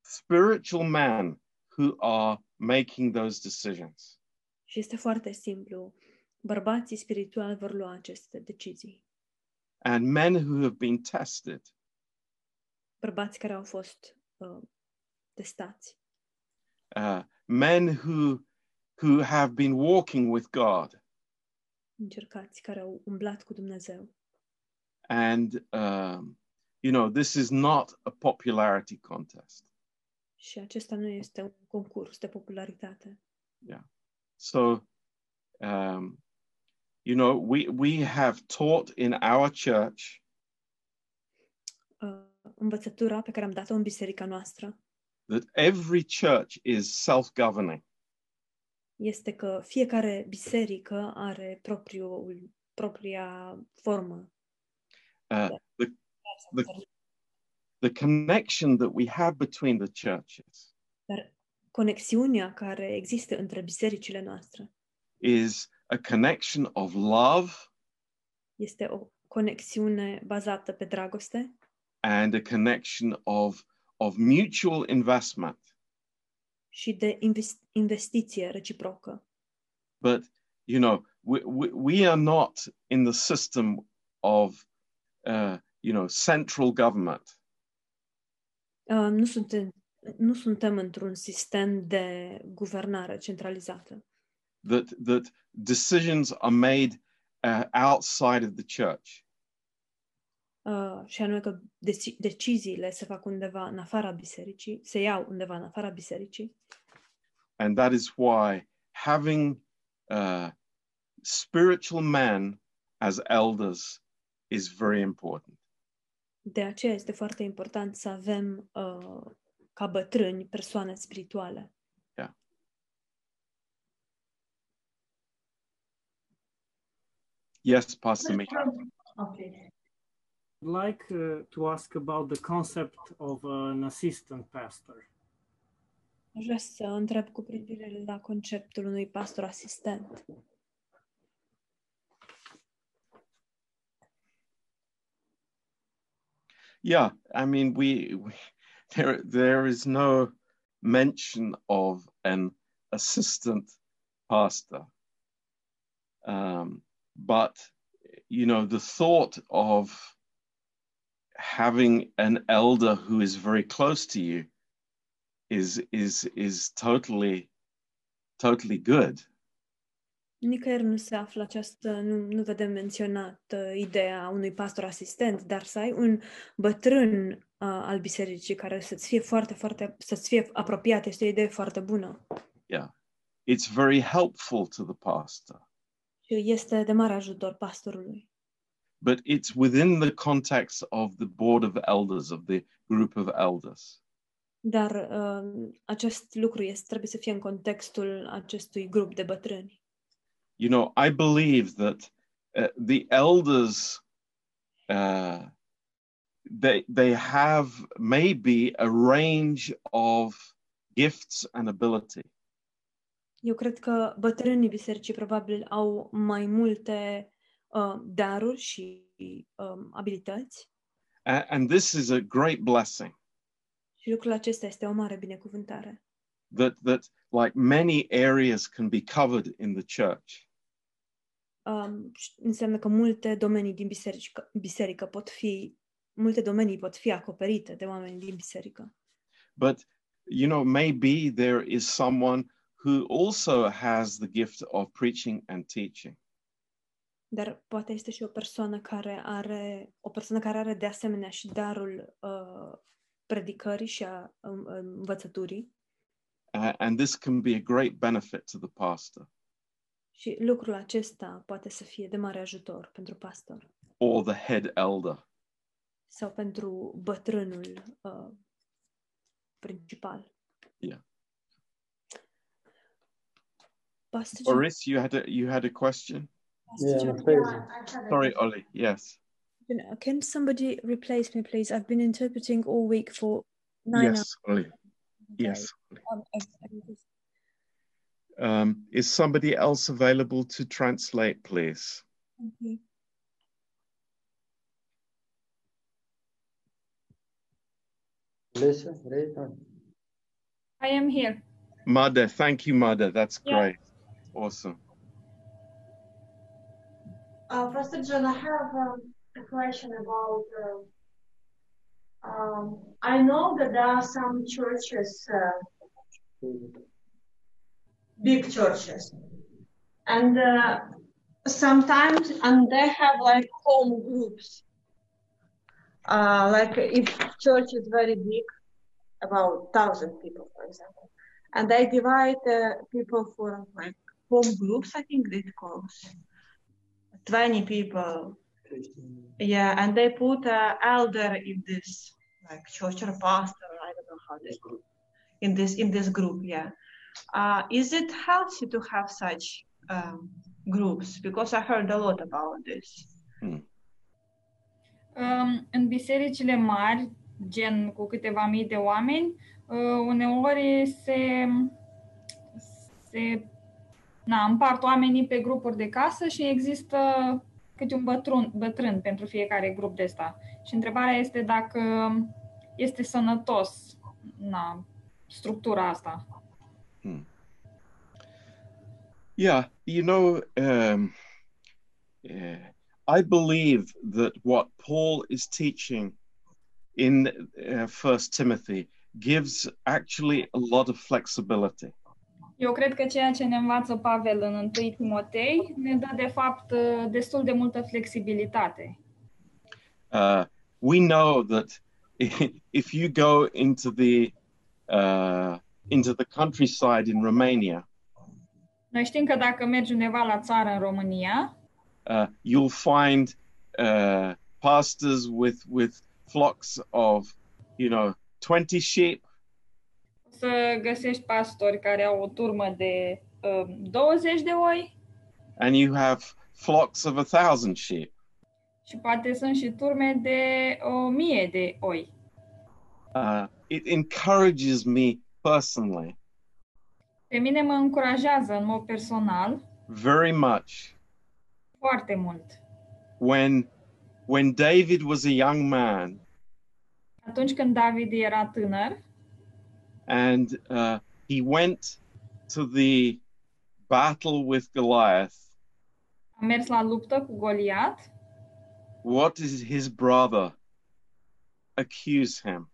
Speaker 1: spiritual man who are making those decisions.
Speaker 3: Și este foarte simplu. Bărbații spirituali vor lua aceste decizii.
Speaker 1: And men who have been tested,
Speaker 3: Bărbați care au fost uh, testați.
Speaker 1: uh, men who who have been walking with God,
Speaker 3: încercați, care au umblat cu Dumnezeu.
Speaker 1: and um, you know this is not a popularity contest
Speaker 3: Și acesta nu este un concurs de popularitate.
Speaker 1: so um, you know we we have taught in our church
Speaker 3: Uh, Învățătura pe care am dat-o în biserica noastră
Speaker 1: that every church is self-governing
Speaker 3: este că fiecare biserică are propriul, propria formă.
Speaker 1: Uh, the, the, the connection that we have between the churches
Speaker 3: Dar conexiunea care există între bisericile noastre
Speaker 1: is a connection of love
Speaker 3: este o conexiune bazată pe dragoste
Speaker 1: and a connection of of mutual investment
Speaker 3: și de invest- investiție reciprocă.
Speaker 1: but You know, we, we, we are not in the system of, uh, you know, central government.
Speaker 3: Uh, nu, suntem, nu suntem într-un sistem de guvernare centralizată,
Speaker 1: that that decisions are made uh, outside of the church.
Speaker 3: uh, și anume că deci- deciziile se fac undeva în afara bisericii, se iau undeva în afara bisericii.
Speaker 1: And that is why having uh, spiritual men as elders is very important.
Speaker 3: De aceea este foarte important să avem uh, ca bătrâni persoane spirituale.
Speaker 1: Yes, Pastor Michael.
Speaker 7: Okay.
Speaker 6: I'd like uh, to ask about the concept of uh, an assistant pastor.
Speaker 3: Aș vrea să întreb cu privire la conceptul unui pastor asistent.
Speaker 1: Yeah, I mean we, we there there is no mention of an assistant pastor. Um, but you know the thought of having an elder who is very close to you is is is totally totally good.
Speaker 3: Nicăieri nu se află această, nu, nu vedem menționat uh, ideea unui pastor asistent, dar să ai un bătrân uh, al bisericii care să-ți fie foarte, foarte, să-ți fie apropiat, este o idee foarte bună
Speaker 1: It's very helpful to the pastor,
Speaker 3: și este de mare ajutor pastorului.
Speaker 1: but it's within the context of the board of elders of the group of elders.
Speaker 3: Dar uh, acest lucru este, trebuie să fie în contextul acestui grup de bătrâni.
Speaker 1: you know, I believe that uh, the elders uh, they they have maybe a range of gifts and ability,
Speaker 3: Eu cred că bătrânii bisericii probabil au mai multe uh, daruri și um, abilități
Speaker 1: A- and this is a great blessing
Speaker 3: și lucrul acesta este o mare binecuvântare.
Speaker 1: that that like many areas can be covered in the church.
Speaker 3: um, și înseamnă că multe domenii din biserică, biserică pot fi, multe domenii pot fi acoperite de oameni din biserică.
Speaker 1: But you know, maybe there is someone who also has the gift of preaching and teaching.
Speaker 3: Dar poate este și o persoană care are, o persoană care are de asemenea și darul uh, predicării și a um, învățăturii
Speaker 1: A- and this can be a great benefit to the pastor
Speaker 3: și lucrul acesta poate să fie de mare ajutor pentru pastor
Speaker 1: or the head elder.
Speaker 3: sau pentru bătrânul uh, principal.
Speaker 1: Yeah.
Speaker 3: Pastor, John,
Speaker 1: Boris, you had a you had a question.
Speaker 3: Pastor
Speaker 5: Yeah,
Speaker 3: John.
Speaker 5: I'm crazy.
Speaker 1: Sorry, Ollie. Yes.
Speaker 7: You know, Can somebody replace me, please? I've been interpreting all week for nine hours.
Speaker 1: Yes, Ollie.
Speaker 7: a day.
Speaker 1: Yes. Ollie.
Speaker 7: Um, I- I'm just-
Speaker 1: Um, is somebody else available to translate, please?
Speaker 5: Lisa, Reita.
Speaker 4: I am here.
Speaker 1: Mada, thank you, Mada. That's
Speaker 4: Yeah.
Speaker 1: great. Awesome.
Speaker 8: Uh, Pastor John, I have um, a question about. um um, I know that there are some churches, uh, big churches, and uh, sometimes and they have like home groups. Uh, like if church is very big, about thousand people, for example, and they divide uh, people for like home groups. I think they calls. 20 people. Yeah, and they put uh, elder in this, like church or pastor, or I don't know how they call it, in this in this group. Yeah, uh, is it healthy to have such um, groups? Because I heard a lot about this.
Speaker 9: Um, În bisericile mari, gen cu câteva mii de oameni, uh, uneori se, se na, împart oamenii pe grupuri de casă și există câte un bătrân, bătrân pentru fiecare grup de ăsta. Și întrebarea este dacă este sănătos na, structura asta.
Speaker 1: Yeah, you know, um, yeah, I believe that what Paul is teaching in uh, First Timothy gives actually a lot of flexibility.
Speaker 9: Eu cred că ceea ce ne învață Pavel în 1 Timotei ne dă, de fapt, uh, destul de multă flexibilitate.
Speaker 1: Uh, we know that if you go into the uh, into the countryside in Romania,
Speaker 9: Noi știm că dacă mergi undeva la țară în România,
Speaker 1: uh, you'll find uh, pastors with with flocks of you know 20 sheep
Speaker 9: o să găsești pastori care au o turmă de um, 20 de oi
Speaker 1: and you have flocks of a thousand sheep
Speaker 9: și poate sunt și turme de o mie de oi.
Speaker 1: uh, it encourages me personally
Speaker 9: Pe mine mă încurajează în mod personal
Speaker 1: very much
Speaker 9: foarte mult.
Speaker 1: when when david was a young man
Speaker 9: Atunci când David era tânăr,
Speaker 1: and uh, he went to the battle with goliath
Speaker 9: a mers la luptă cu Goliat.
Speaker 1: what did his brother accuse him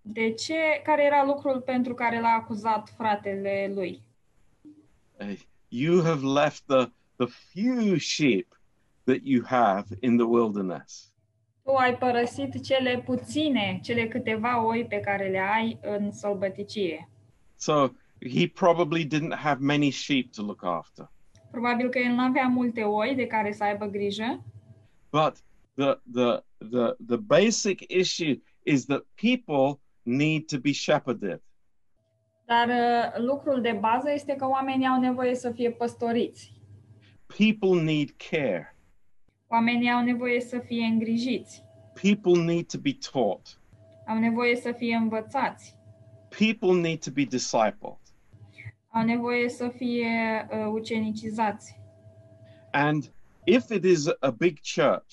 Speaker 9: De ce? Care era lucrul pentru care l-a acuzat fratele lui?
Speaker 1: Uh, you have left the, the few sheep that you have in the wilderness.
Speaker 9: Tu ai părăsit cele puține, cele câteva oi pe care le ai în sălbăticie.
Speaker 1: So he probably didn't have many sheep to look after.
Speaker 9: Probabil că el nu avea multe oi de care să aibă grijă,
Speaker 1: But the, the, the, the basic issue is that people need to be shepherded.
Speaker 9: dar uh, lucrul de bază este că oamenii au nevoie să fie păstoriți.
Speaker 1: People need care.
Speaker 9: Oamenii au nevoie să fie îngrijiți,
Speaker 1: People need to be taught.
Speaker 9: au nevoie să fie învățați,
Speaker 1: People need to be discipled.
Speaker 9: au nevoie să fie uh, ucenicizați.
Speaker 1: And if it is a big church,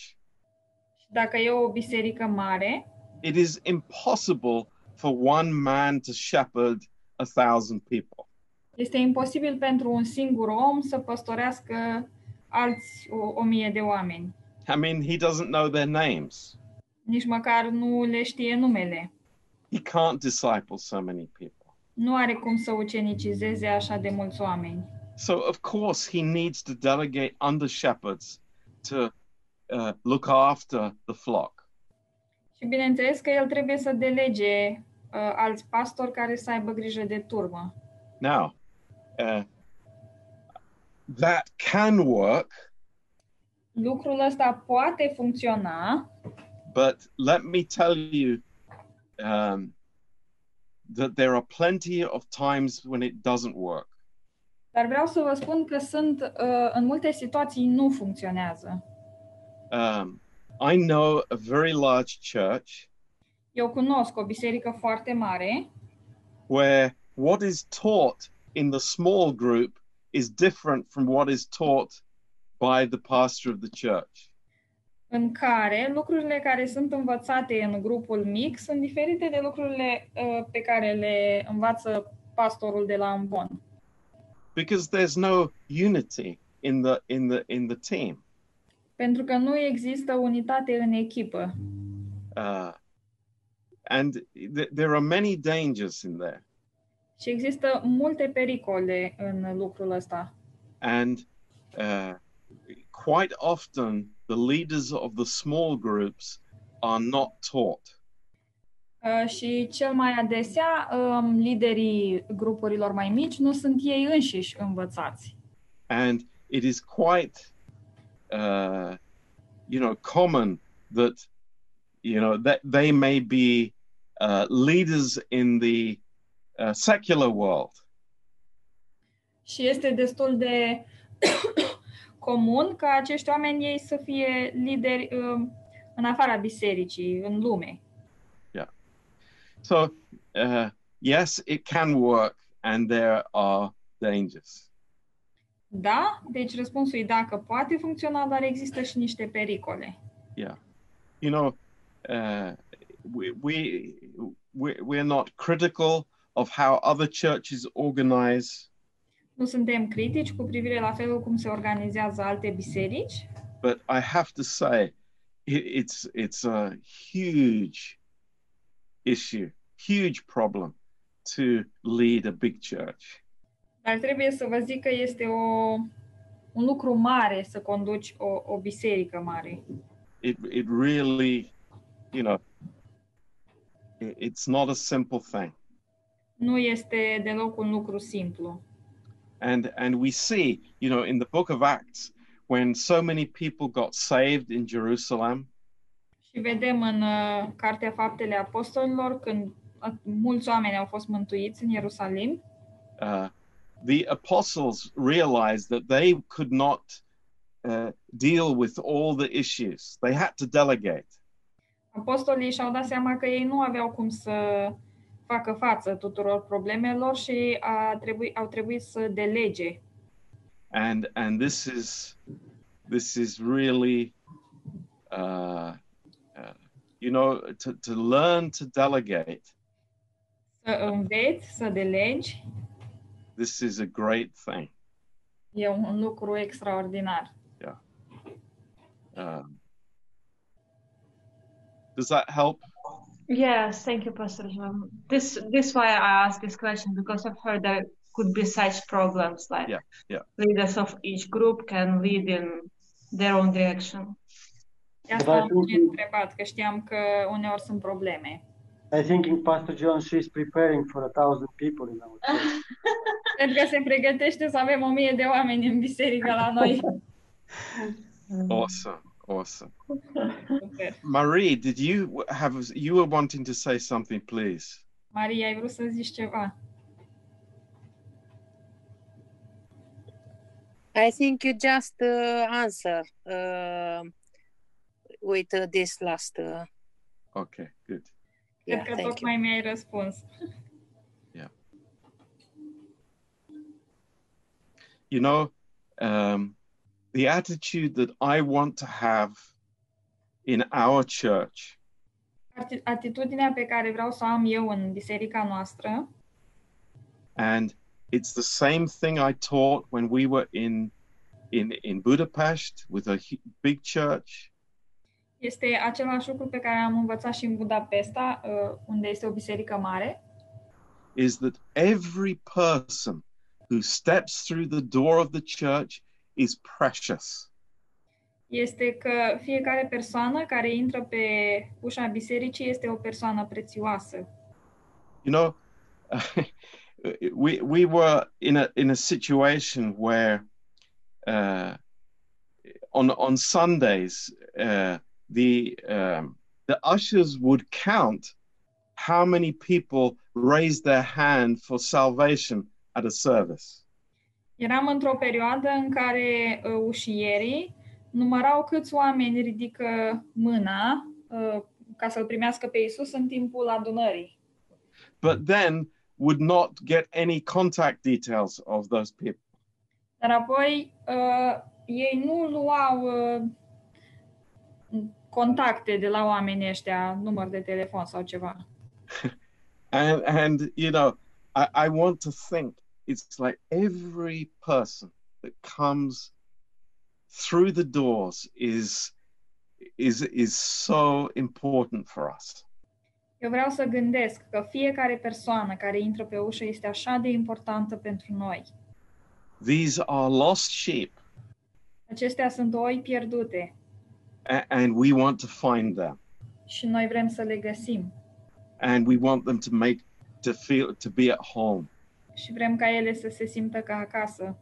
Speaker 9: Și dacă e o biserică mare,
Speaker 1: it is impossible for one man to shepherd a thousand people.
Speaker 9: Este imposibil pentru un singur om să păstorească alți o, o mie de oameni.
Speaker 1: I mean, he doesn't know their names.
Speaker 9: Nici măcar nu le știe numele.
Speaker 1: He can't disciple so many people.
Speaker 9: Nu are cum să ucenicizeze așa de mulți oameni.
Speaker 1: So, of course, he needs to delegate under shepherds to uh, look after the flock.
Speaker 9: Și bineînțeles că el trebuie să delege uh, alți pastori care să aibă grijă de turmă.
Speaker 1: Now, uh, that can work,
Speaker 9: Lucrul ăsta poate funcționa,
Speaker 1: but let me tell you um, that there are plenty of times when it doesn't work.
Speaker 9: dar vreau să vă spun că sunt uh, în multe situații nu funcționează.
Speaker 1: Um, I know a very large church
Speaker 9: Eu cunosc o biserică foarte mare
Speaker 1: where what is taught in the small group is different from what is taught by the pastor of the church.
Speaker 9: în care lucrurile care sunt învățate în grupul mic sunt diferite de lucrurile uh, pe care le învață pastorul de la Ambon.
Speaker 1: Because there's no unity in the in the in the team.
Speaker 9: Pentru că nu există unitate în echipă
Speaker 1: Uh, and th- there are many dangers in there.
Speaker 9: și există multe pericole în lucrul ăsta.
Speaker 1: And uh, quite often the leaders of the small groups are not taught.
Speaker 9: Uh, Și cel mai adesea, um, liderii grupurilor mai mici nu sunt ei înșiși învățați.
Speaker 1: and it is quite uh, you know common that you know that they may be uh, leaders in the uh, secular world
Speaker 9: Și este destul de comun ca acești oameni ei să fie lideri um, în afara bisericii, în lume.
Speaker 1: so uh, yes it can work and there are dangers
Speaker 9: Da, deci răspunsul e dacă poate funcționa, dar există și niște pericole.
Speaker 1: you know uh, we, we we- we're not critical of how other churches organize
Speaker 9: Nu suntem critici cu privire la felul cum se organizează alte biserici,
Speaker 1: but I have to say, it, it's it's a huge issue, huge problem to lead a big church.
Speaker 9: dar trebuie să vă zic că este o, un lucru mare să conduci o, o biserică mare.
Speaker 1: It it really, you know, i- it's not a simple thing,
Speaker 9: Nu este deloc un lucru simplu.
Speaker 1: and and we see, you know, in the Book of Acts when so many people got saved in Jerusalem,
Speaker 9: Și vedem în uh, Cartea Faptele Apostolilor când uh, mulți oameni au fost mântuiți în Ierusalim,
Speaker 1: uh, the apostles realized that they could not uh, deal with all the issues. They had to delegate.
Speaker 9: apostolii și-au dat seama că ei nu aveau cum să facă față tuturor problemelor și a trebui, au trebuit să delege.
Speaker 1: and and this is this is really uh, uh, you know to, to learn to delegate
Speaker 9: Să înveți, să delegi,
Speaker 1: this is a great thing
Speaker 9: e un lucru extraordinar.
Speaker 1: um, does that help
Speaker 8: Yes, thank you, Pastor John. This this why I asked this question because I've heard there could be such problems like
Speaker 1: yeah yeah
Speaker 8: leaders of each group can lead in their own direction.
Speaker 9: De asta
Speaker 5: Dar
Speaker 9: am
Speaker 5: tu-
Speaker 9: și întrebat, că știam că uneori sunt probleme.
Speaker 5: I think in Pastor John, she's preparing for a thousand people in our church.
Speaker 9: Cred că se pregătește să avem o mie de oameni în biserică la noi.
Speaker 1: awesome awesome marie did you have you were wanting to say something please
Speaker 9: Maria, ai vrut să zici ceva?
Speaker 10: I think you just uh, answer uh, with uh, this last. Uh,
Speaker 1: okay good
Speaker 9: Cred
Speaker 10: Yeah,
Speaker 9: că
Speaker 10: thank you.
Speaker 9: tocmai mi-ai răspuns.
Speaker 1: you know, um, the attitude that I want to have in our church
Speaker 9: Ati- Atitudinea pe care vreau să o am eu în biserica noastră
Speaker 1: and it's the same thing I taught when we were in in in Budapest with a hu- big church
Speaker 9: este același lucru pe care am învățat și în Budapesta, uh, unde este o biserică mare,
Speaker 1: is that every person who steps through the door of the church is precious
Speaker 9: este că fiecare persoană care intră pe ușa bisericii este o persoană prețioasă.
Speaker 1: you know we we were in a in a situation where uh, on on Sundays uh, the um, the ushers would count how many people raised their hand for salvation at a service
Speaker 9: Eram într-o perioadă în care uh, ușierii numărau câți oameni ridică mâna uh, ca să-L primească pe Isus în timpul adunării.
Speaker 1: but then would not get any contact details of those people
Speaker 9: Dar apoi uh, ei nu luau uh, contacte de la oamenii ăștia, număr de telefon sau ceva.
Speaker 1: and and you know I, I want to think it's like every person that comes through the doors is is is so important for us
Speaker 9: Eu vreau să gândesc că fiecare persoană care intră pe ușă este așa de importantă pentru noi.
Speaker 1: these are lost sheep
Speaker 9: Acestea sunt oi pierdute
Speaker 1: a- and we want to find them
Speaker 9: și noi vrem să le găsim
Speaker 1: and we want them to make to feel to be at home
Speaker 9: și vrem ca ele să se simtă ca acasă.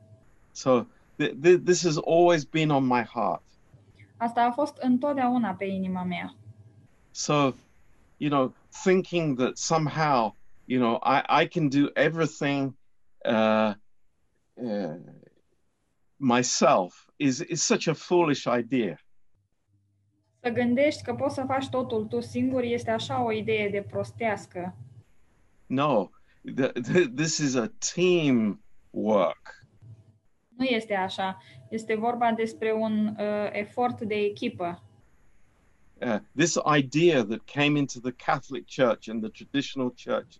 Speaker 1: so th- th- this has always been on my heart
Speaker 9: Asta a fost întotdeauna pe inima mea.
Speaker 1: so you know thinking that somehow you know i i can do everything uh, uh myself is is such a foolish idea
Speaker 9: Să gândești că poți să faci totul tu singur este așa o idee de prostească.
Speaker 1: no th- th- this is a team work
Speaker 9: Nu este așa. Este vorba despre un uh, efort de echipă.
Speaker 1: uh, this idea that came into the catholic church and the traditional church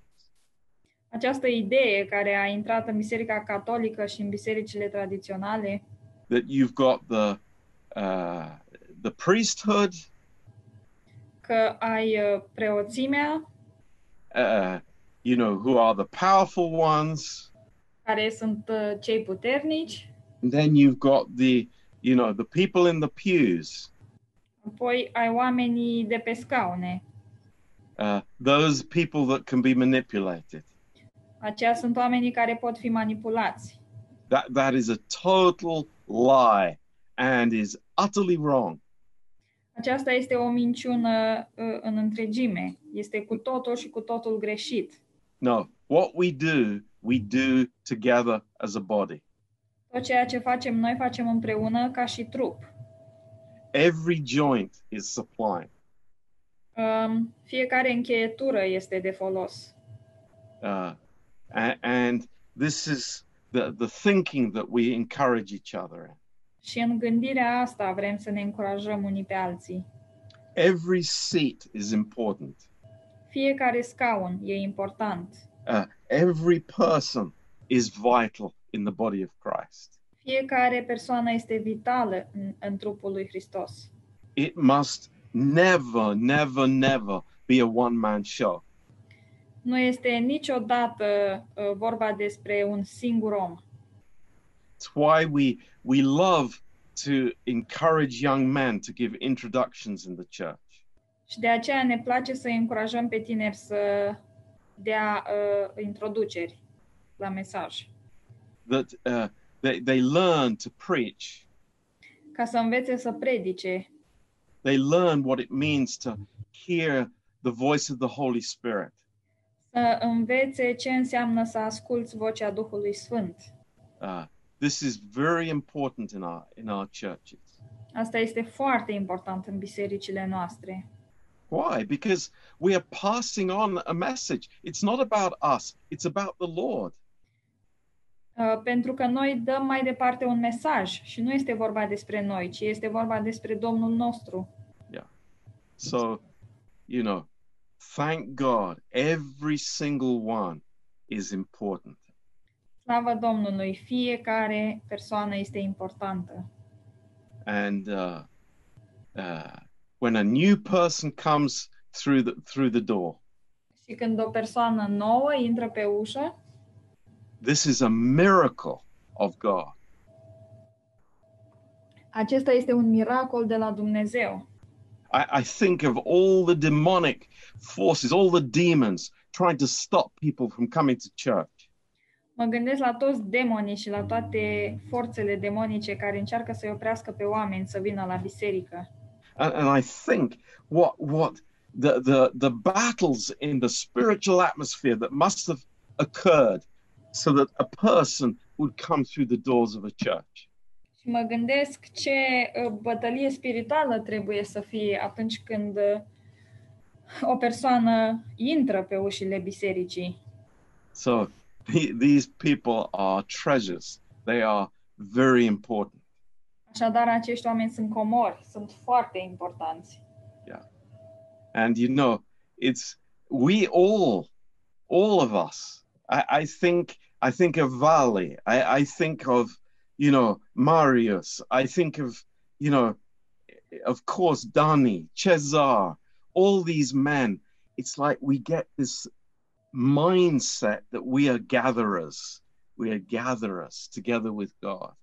Speaker 9: această idee care a intrat în Biserica Catolică și în bisericile tradiționale,
Speaker 1: that you've got the uh, the priesthood,
Speaker 9: că ai uh, preoțimea,
Speaker 1: uh, you know, who are the powerful ones,
Speaker 9: care sunt uh, cei puternici,
Speaker 1: and then you've got the you know the people in the pews,
Speaker 9: apoi ai oamenii de pe scaune.
Speaker 1: uh, those people that can be manipulated.
Speaker 9: Aceia sunt oamenii care pot fi manipulați.
Speaker 1: That that is a total lie and is utterly wrong.
Speaker 9: Aceasta este o minciună uh, în întregime. Este cu totul și cu totul greșit.
Speaker 1: No, what we do, we do together as a body.
Speaker 9: Tot ceea ce facem noi facem împreună ca și trup.
Speaker 1: Every joint is supplying.
Speaker 9: Um, Fiecare încheietură este de folos.
Speaker 1: Uh, a- and this is the, the thinking that we encourage each other in.
Speaker 9: Și în gândirea asta vrem să ne încurajăm unii pe alții.
Speaker 1: Every seat is important.
Speaker 9: Fiecare scaun e important.
Speaker 1: Uh, every person is vital in the body of Christ.
Speaker 9: Fiecare persoană este vitală în, în trupul lui Hristos.
Speaker 1: It must never, never, never be a one man show.
Speaker 9: Nu este niciodată uh, vorba despre un singur om.
Speaker 1: It's why we, we love to encourage young men to give introductions in the church.
Speaker 9: Și de aceea ne place să îi încurajăm pe tineri să dea uh, introduceri la mesaj,
Speaker 1: that uh, they, they learn to preach.
Speaker 9: ca să învețe să predice,
Speaker 1: They learn what it means to hear the voice of the Holy Spirit.
Speaker 9: să învețe ce înseamnă să asculți vocea Duhului Sfânt.
Speaker 1: Uh, this is very important in our in our churches.
Speaker 9: Asta este foarte important în bisericile noastre.
Speaker 1: Why? Because we are passing on a message. It's not about us. It's about the Lord.
Speaker 9: Uh, Pentru că noi dăm mai departe un mesaj și nu este vorba despre noi, ci este vorba despre Domnul nostru.
Speaker 1: So, you know, thank God, every single one is important.
Speaker 9: Slavă Domnului! Fiecare persoană este importantă.
Speaker 1: And uh, uh, when a new person comes through the through the door,
Speaker 9: Și când o persoană nouă intră pe ușă,
Speaker 1: This is a miracle of God.
Speaker 9: acesta este un miracol de la Dumnezeu.
Speaker 1: I, I think of all the demonic forces, all the demons trying to stop people from coming to church.
Speaker 9: Mă gândesc la toți demonii și la toate forțele demonice care încearcă să-i oprească pe oameni să vină la biserică.
Speaker 1: And, and I think what what the, the the battles in the spiritual atmosphere that must have occurred so that a person would come through the doors of a church.
Speaker 9: Și mă gândesc ce uh, bătălie spirituală trebuie să fie atunci când uh, o persoană intră pe ușile bisericii.
Speaker 1: So the, these people are treasures. They are very important.
Speaker 9: Așadar, acești oameni sunt comori, sunt foarte importanți.
Speaker 1: And you know, it's we all, all of us. I, I think I think of Vali. I, I think of you know Marius. I think of you know, of course Dani, Cesar, all these men. It's like we get this mindset that we are gatherers. We are gatherers together with God.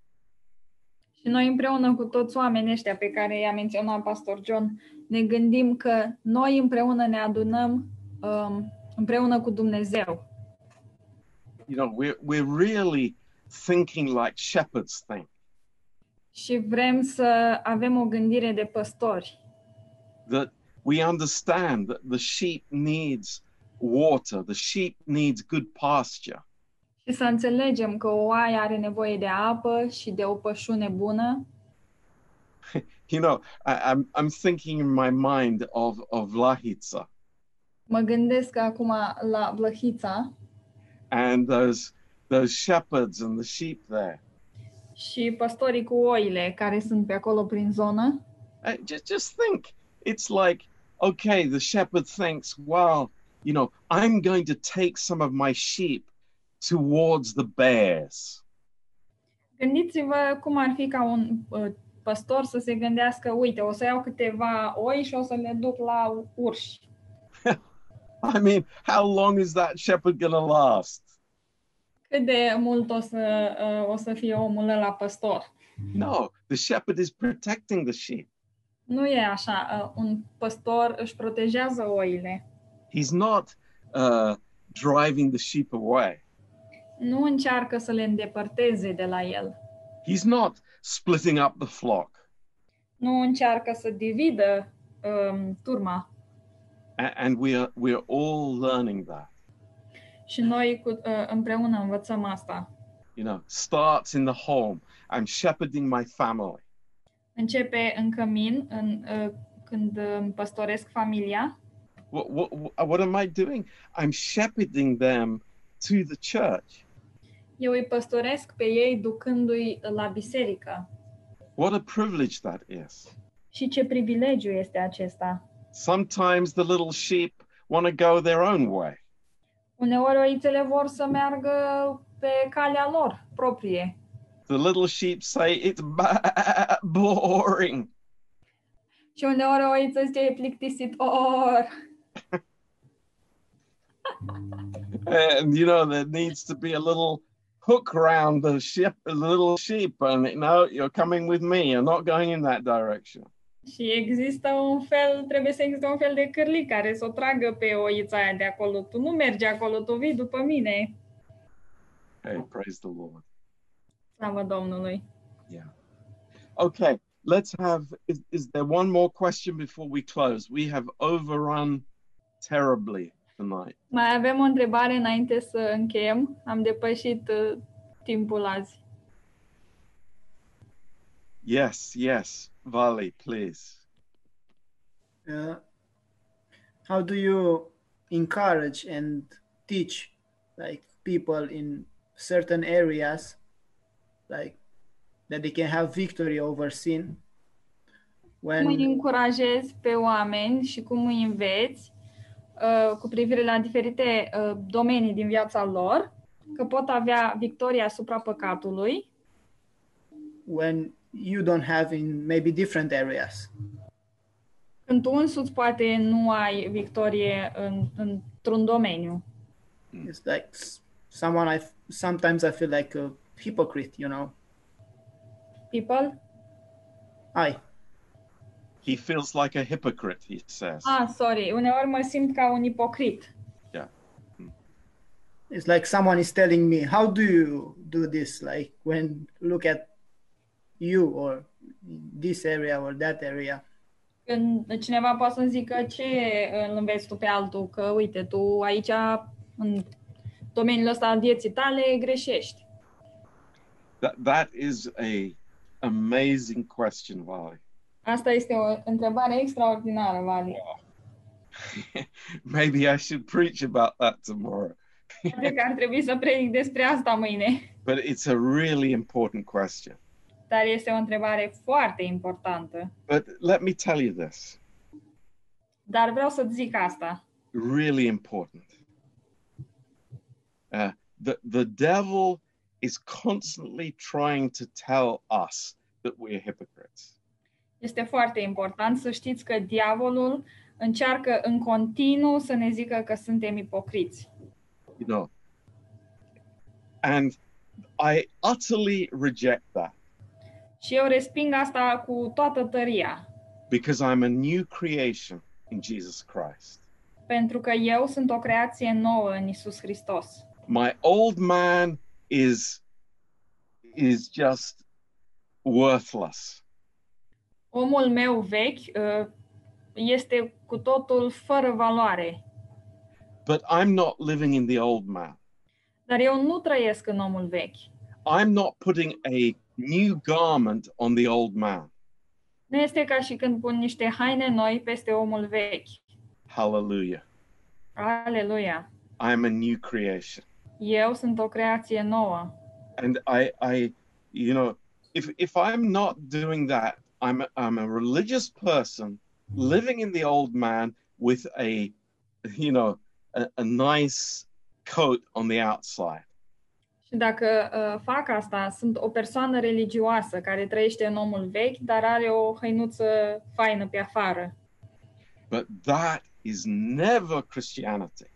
Speaker 9: Și noi împreună cu toți oamenii ăștia pe care i-a menționat pastor John, ne gândim că noi împreună ne adunăm um, împreună cu Dumnezeu.
Speaker 1: You know, we're we're really thinking like shepherds think.
Speaker 9: Și vrem să avem o gândire de păstori,
Speaker 1: that we understand that the sheep needs water, the sheep needs good pasture.
Speaker 9: și să înțelegem că o oaie are nevoie de apă și de o pășune bună.
Speaker 1: You know, I, I'm I'm thinking in my mind of of Lahica
Speaker 9: Mă gândesc acum la Vlăhița
Speaker 1: and those those shepherds and the sheep there.
Speaker 9: și păstorii cu oile care sunt pe acolo prin zonă.
Speaker 1: Uh, just just think, it's like okay, the shepherd thinks, wow, you know, I'm going to take some of my sheep towards the bears.
Speaker 9: Gândiți-vă cum ar fi ca un uh, păstor să se gândească, uite, o să iau câteva oi și o să le duc la urși.
Speaker 1: I mean, how long is that shepherd going to last?
Speaker 9: Cât de mult o să, uh, o să fie omul ăla păstor?
Speaker 1: No, the shepherd is protecting the sheep.
Speaker 9: Nu e așa. uh, Un păstor își protejează oile.
Speaker 1: He's not uh, driving the sheep away.
Speaker 9: Nu încearcă să le îndepărteze de la el.
Speaker 1: He's not splitting up the flock.
Speaker 9: Nu încearcă să dividă um, turma.
Speaker 1: A- And we are we are all learning that.
Speaker 9: Și noi cu, uh, împreună învățăm asta.
Speaker 1: You know, starts in the home. I'm shepherding my family.
Speaker 9: Începe în cămin, în, uh, când uh, păstoresc familia.
Speaker 1: What, what, what am I doing? I'm shepherding them to the church.
Speaker 9: Eu îi păstoresc pe ei ducându-i la biserică.
Speaker 1: What a privilege that is.
Speaker 9: Și ce privilegiu este acesta?
Speaker 1: Sometimes the little sheep want to go their own way.
Speaker 9: Uneori oițele vor să meargă pe calea lor proprie.
Speaker 1: The little sheep say it's ba- boring.
Speaker 9: Și uneori oița este e plictisitor.
Speaker 1: and you know there needs to be a little hook round the ship the little sheep and you know you're coming with me you're not going in that direction
Speaker 9: Și există un fel, trebuie să existe un fel de cârli care să o tragă pe oița aia de acolo. Tu nu mergi acolo, tu vii după mine.
Speaker 1: hey praise the lord
Speaker 9: Slavă Domnului!
Speaker 1: yeah okay let's have is, is there one more question before we close we have overrun terribly tonight
Speaker 9: Mai avem o întrebare înainte să încheiem. Am depășit uh, timpul azi.
Speaker 1: yes yes vali please
Speaker 2: Uh, how do you encourage and teach like people in certain areas like that they can have victory over sin
Speaker 9: Cum îi
Speaker 2: when
Speaker 9: încurajezi pe oameni și cum îi înveți uh, cu privire la diferite uh, domenii din viața lor, că pot avea victoria asupra păcatului
Speaker 2: when you don't have in maybe different areas
Speaker 9: când tu însuți poate nu ai victorie în, într-un domeniu.
Speaker 2: it's like s- someone i f- sometimes i feel like a hypocrite you know
Speaker 9: People?
Speaker 2: i
Speaker 1: he feels like a hypocrite he says
Speaker 9: Ah, sorry, uneori mă simt ca un ipocrit.
Speaker 1: yeah
Speaker 2: it's like someone is telling me how do you do this like when look at you or this area or that area
Speaker 9: Când cineva poate să-mi zică ce uh, îl înveți tu pe altul, că uite, tu aici, în domeniul ăsta al vieții tale, greșești.
Speaker 1: that that is a amazing question vali
Speaker 9: Asta este o întrebare extraordinară, Vali.
Speaker 1: Maybe I should preach about that tomorrow.
Speaker 9: Poate că ar trebui să predic despre asta mâine.
Speaker 1: But it's a really important question.
Speaker 9: Dar este o întrebare foarte importantă.
Speaker 1: But let me tell you this
Speaker 9: Dar vreau să-ți zic asta.
Speaker 1: really important. Uh, the, the devil is constantly trying to tell us that we're hypocrites.
Speaker 9: Este foarte important să știți că diavolul încearcă în continuu să ne zică că suntem ipocriți.
Speaker 1: you know. And I utterly reject that
Speaker 9: Și eu resping asta cu toată tăria,
Speaker 1: because I'm a new creation in Jesus Christ.
Speaker 9: pentru că eu sunt o creație nouă în Isus Hristos.
Speaker 1: My old man is is just worthless.
Speaker 9: Omul meu vechi uh, este cu totul fără valoare,
Speaker 1: But I'm not living in the old man.
Speaker 9: dar eu nu trăiesc în omul vechi.
Speaker 1: I'm not putting a new garment on the old man.
Speaker 9: Nu este ca și când pun niște haine noi peste omul vechi.
Speaker 1: Hallelujah.
Speaker 9: Aleluia!
Speaker 1: I'm a new creation.
Speaker 9: Eu sunt o creație nouă.
Speaker 1: and I, I, you know, if if I'm not doing that, I'm a, I'm a religious person living in the old man with a, you know, a, a nice coat on the outside.
Speaker 9: Și dacă uh, fac asta, sunt o persoană religioasă care trăiește în omul vechi, dar are o hăinuță faină pe afară.
Speaker 1: But that is never Christianity.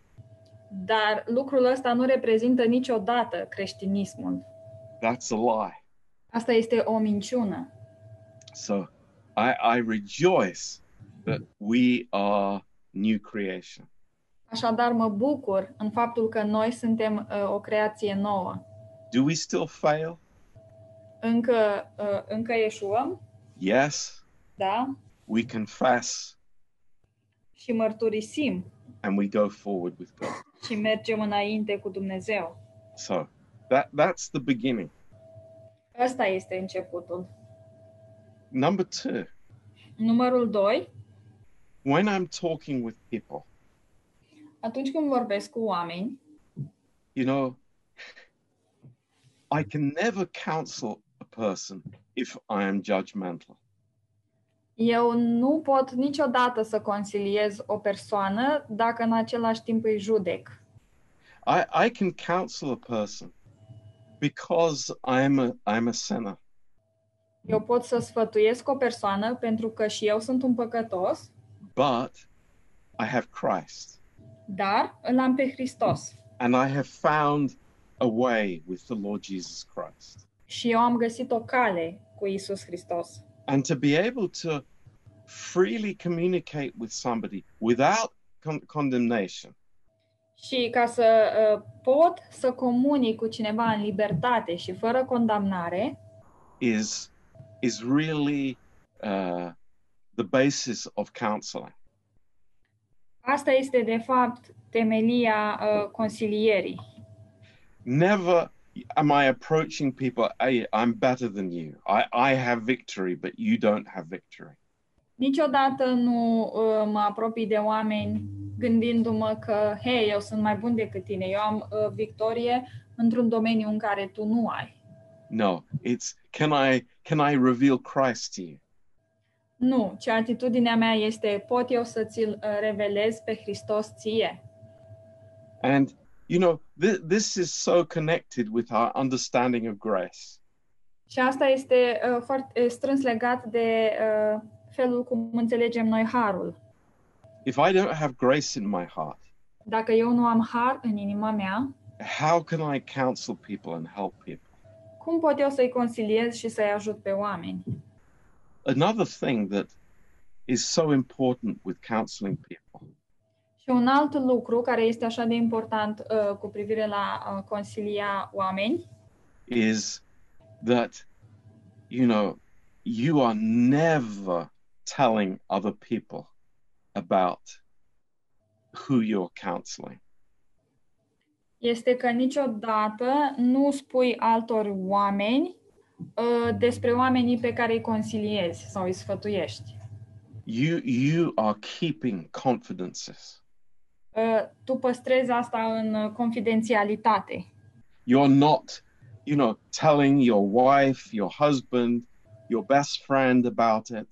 Speaker 9: Dar lucrul ăsta nu reprezintă niciodată creștinismul.
Speaker 1: That's a lie.
Speaker 9: Asta este o minciună.
Speaker 1: So I, I rejoice that we are new creation.
Speaker 9: Așadar mă bucur în faptul că noi suntem uh, o creație nouă.
Speaker 1: Do we still fail?
Speaker 9: Încă uh, încă eșuăm,
Speaker 1: Yes,
Speaker 9: da?
Speaker 1: we confess
Speaker 9: Și mărturisim
Speaker 1: and we go forward with God.
Speaker 9: și mergem înainte cu Dumnezeu.
Speaker 1: So that that's the beginning.
Speaker 9: Ăsta este începutul.
Speaker 1: Number 2,
Speaker 9: Numărul 2,
Speaker 1: when I'm talking with people,
Speaker 9: atunci când vorbesc cu oameni,
Speaker 1: you know, I can never counsel a person if I am judgmental.
Speaker 9: eu nu pot niciodată să consiliez o persoană dacă în același timp îi judec.
Speaker 1: I, I can counsel a person because I'm a I'm a sinner.
Speaker 9: Eu pot să sfătuiesc o persoană pentru că și eu sunt un păcătos,
Speaker 1: but I have Christ
Speaker 9: dar îl am pe Hristos.
Speaker 1: and I have found a way with the Lord Jesus Christ.
Speaker 9: Și eu am găsit o cale cu Isus Hristos.
Speaker 1: And to be able to freely communicate with somebody without con- condemnation
Speaker 9: Și ca să uh, pot să comunic cu cineva în libertate și fără condamnare,
Speaker 1: is is really uh, the basis of counseling.
Speaker 9: asta este de fapt temelia uh, consilierii.
Speaker 1: Never am I approaching people, hey, I'm better than you. I, I have victory, but you don't have victory.
Speaker 9: Niciodată nu uh, mă apropii de oameni gândindu-mă că, hei, eu sunt mai bun decât tine, eu am uh, victorie într-un domeniu în care tu nu ai.
Speaker 1: No, it's can I can I reveal Christ to you?
Speaker 9: Nu, ce atitudinea mea este, pot eu să ți-l uh, revelez pe Hristos ție.
Speaker 1: And you know, th- this is so connected with our understanding of grace.
Speaker 9: Și asta este uh, foarte strâns legat de uh, felul cum înțelegem noi harul.
Speaker 1: If I don't have grace in my heart,
Speaker 9: Dacă eu nu am har în inima mea,
Speaker 1: how can I counsel people and help people?
Speaker 9: cum pot eu să-i consiliez și să-i ajut pe oameni?
Speaker 1: Another thing that is so important with counseling people
Speaker 9: Și un alt lucru care este așa de important uh, cu privire la uh, consilia oameni
Speaker 1: is that you know, you are never telling other people about who you're counseling.
Speaker 9: este că niciodată nu spui altor oameni uh, despre oamenii pe care îi consiliezi sau îi sfătuiești.
Speaker 1: You you are keeping confidences.
Speaker 9: Uh, tu păstrezi asta în uh, confidențialitate.
Speaker 1: you're not you know telling your wife your husband your best friend about it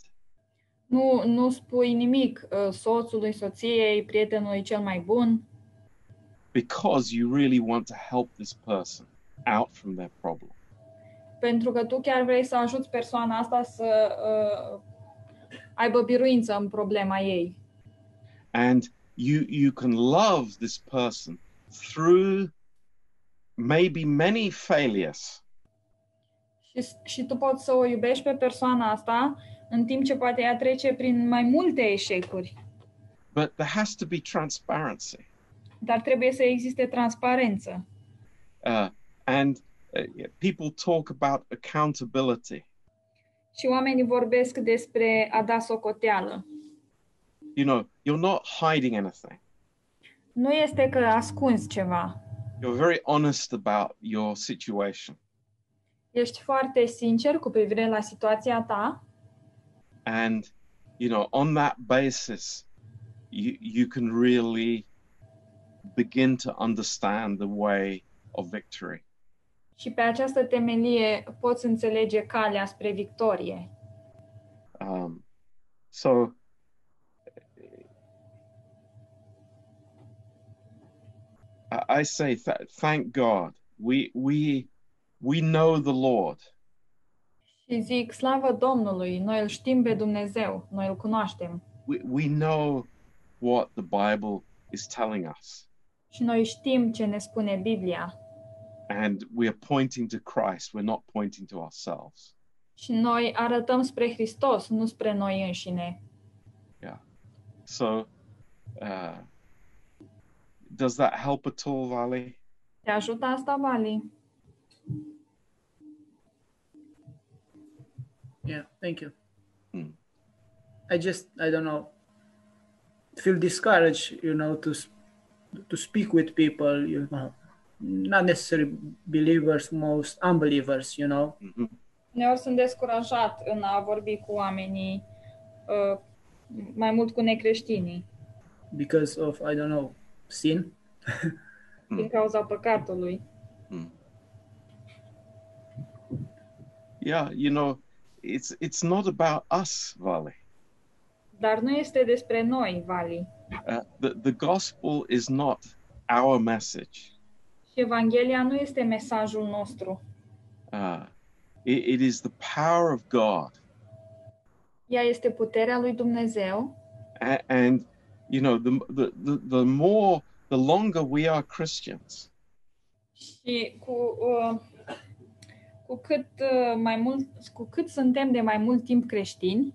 Speaker 9: Nu, nu spui nimic uh, soțului, soției, prietenului cel mai bun,
Speaker 1: because you really want to help this person out from their problem
Speaker 9: pentru că tu chiar vrei să ajuți persoana asta să uh, aibă biruință în problema ei.
Speaker 1: and you you can love this person through maybe many failures
Speaker 9: Și, și tu poți să o iubești pe persoana asta în timp ce poate ea trece prin mai multe eșecuri.
Speaker 1: but there has to be transparency
Speaker 9: Dar trebuie să existe transparență.
Speaker 1: uh, and uh, people talk about accountability
Speaker 9: Și oamenii vorbesc despre a da socoteală.
Speaker 1: you know you're not hiding anything
Speaker 9: Nu este că ascunzi ceva.
Speaker 1: you're very honest about your situation
Speaker 9: Ești foarte sincer cu privire la situația ta
Speaker 1: and you know on that basis you you can really begin to understand the way of victory
Speaker 9: și pe această temelie poți înțelege calea spre victorie.
Speaker 1: um, so I say th- thank God. We we we know the Lord.
Speaker 9: Și zic, slavă Domnului, noi îl știm pe Dumnezeu, noi îl cunoaștem.
Speaker 1: We we know what the Bible is telling us
Speaker 9: Și noi știm ce ne spune Biblia.
Speaker 1: and we are pointing to Christ. We're not pointing to ourselves.
Speaker 9: Și noi arătăm spre Hristos, nu spre noi înșine.
Speaker 1: Yeah. So uh does that help at all, Vali?
Speaker 9: Te ajută asta, Vali?
Speaker 2: Yeah, thank you.
Speaker 1: Mm.
Speaker 2: I just I don't know feel discouraged, you know, to s- to speak with people, you know, not necessarily believers, most unbelievers, you know.
Speaker 9: Uneori sunt descurajat în a vorbi cu oamenii, uh, mai mult cu necreștinii,
Speaker 2: because of I don't know sin.
Speaker 9: din cauza păcatului.
Speaker 1: Yeah, you know, it's it's not about us, Vali.
Speaker 9: Dar nu este despre noi, Vali.
Speaker 1: Uh, the, the gospel is not our message.
Speaker 9: Și Evanghelia nu este mesajul nostru.
Speaker 1: Uh, it, it is the power of God.
Speaker 9: Ea este puterea lui Dumnezeu
Speaker 1: A- and, you know, the, the, the, the more, the longer we are Christians,
Speaker 9: și cu, uh, cu cât uh, mai mult, cu cât suntem de mai mult timp creștini,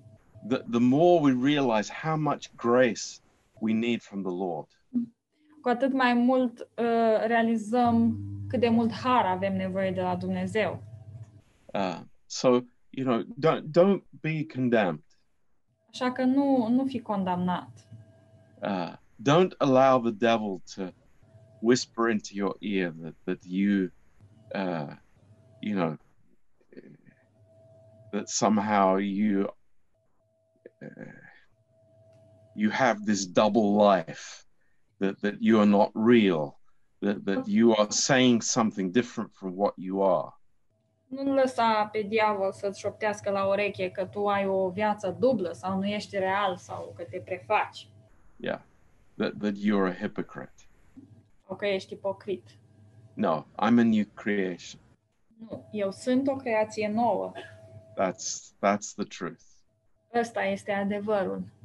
Speaker 1: the, the more we realize how much grace we need from the Lord.
Speaker 9: cu atât mai mult uh, realizăm cât de mult har avem nevoie de la Dumnezeu.
Speaker 1: Uh, so, you know, don't, don't be condemned.
Speaker 9: Așa că nu, nu fi condamnat.
Speaker 1: Uh, don't allow the devil to whisper into your ear that, that you, uh, you know, that somehow you, uh, you have this double life, that, that you are not real, that, that you are saying something different from what you are.
Speaker 9: Nu lăsa pe diavol să-ți șoptească la ureche că tu ai o viață dublă sau nu ești real sau că te prefaci
Speaker 1: Yeah. That, that you're a hypocrite.
Speaker 9: sau că ești ipocrit.
Speaker 1: No, I'm a new creation.
Speaker 9: Nu, eu sunt o creație nouă.
Speaker 1: That's, that's the truth.
Speaker 9: Ăsta este adevărul.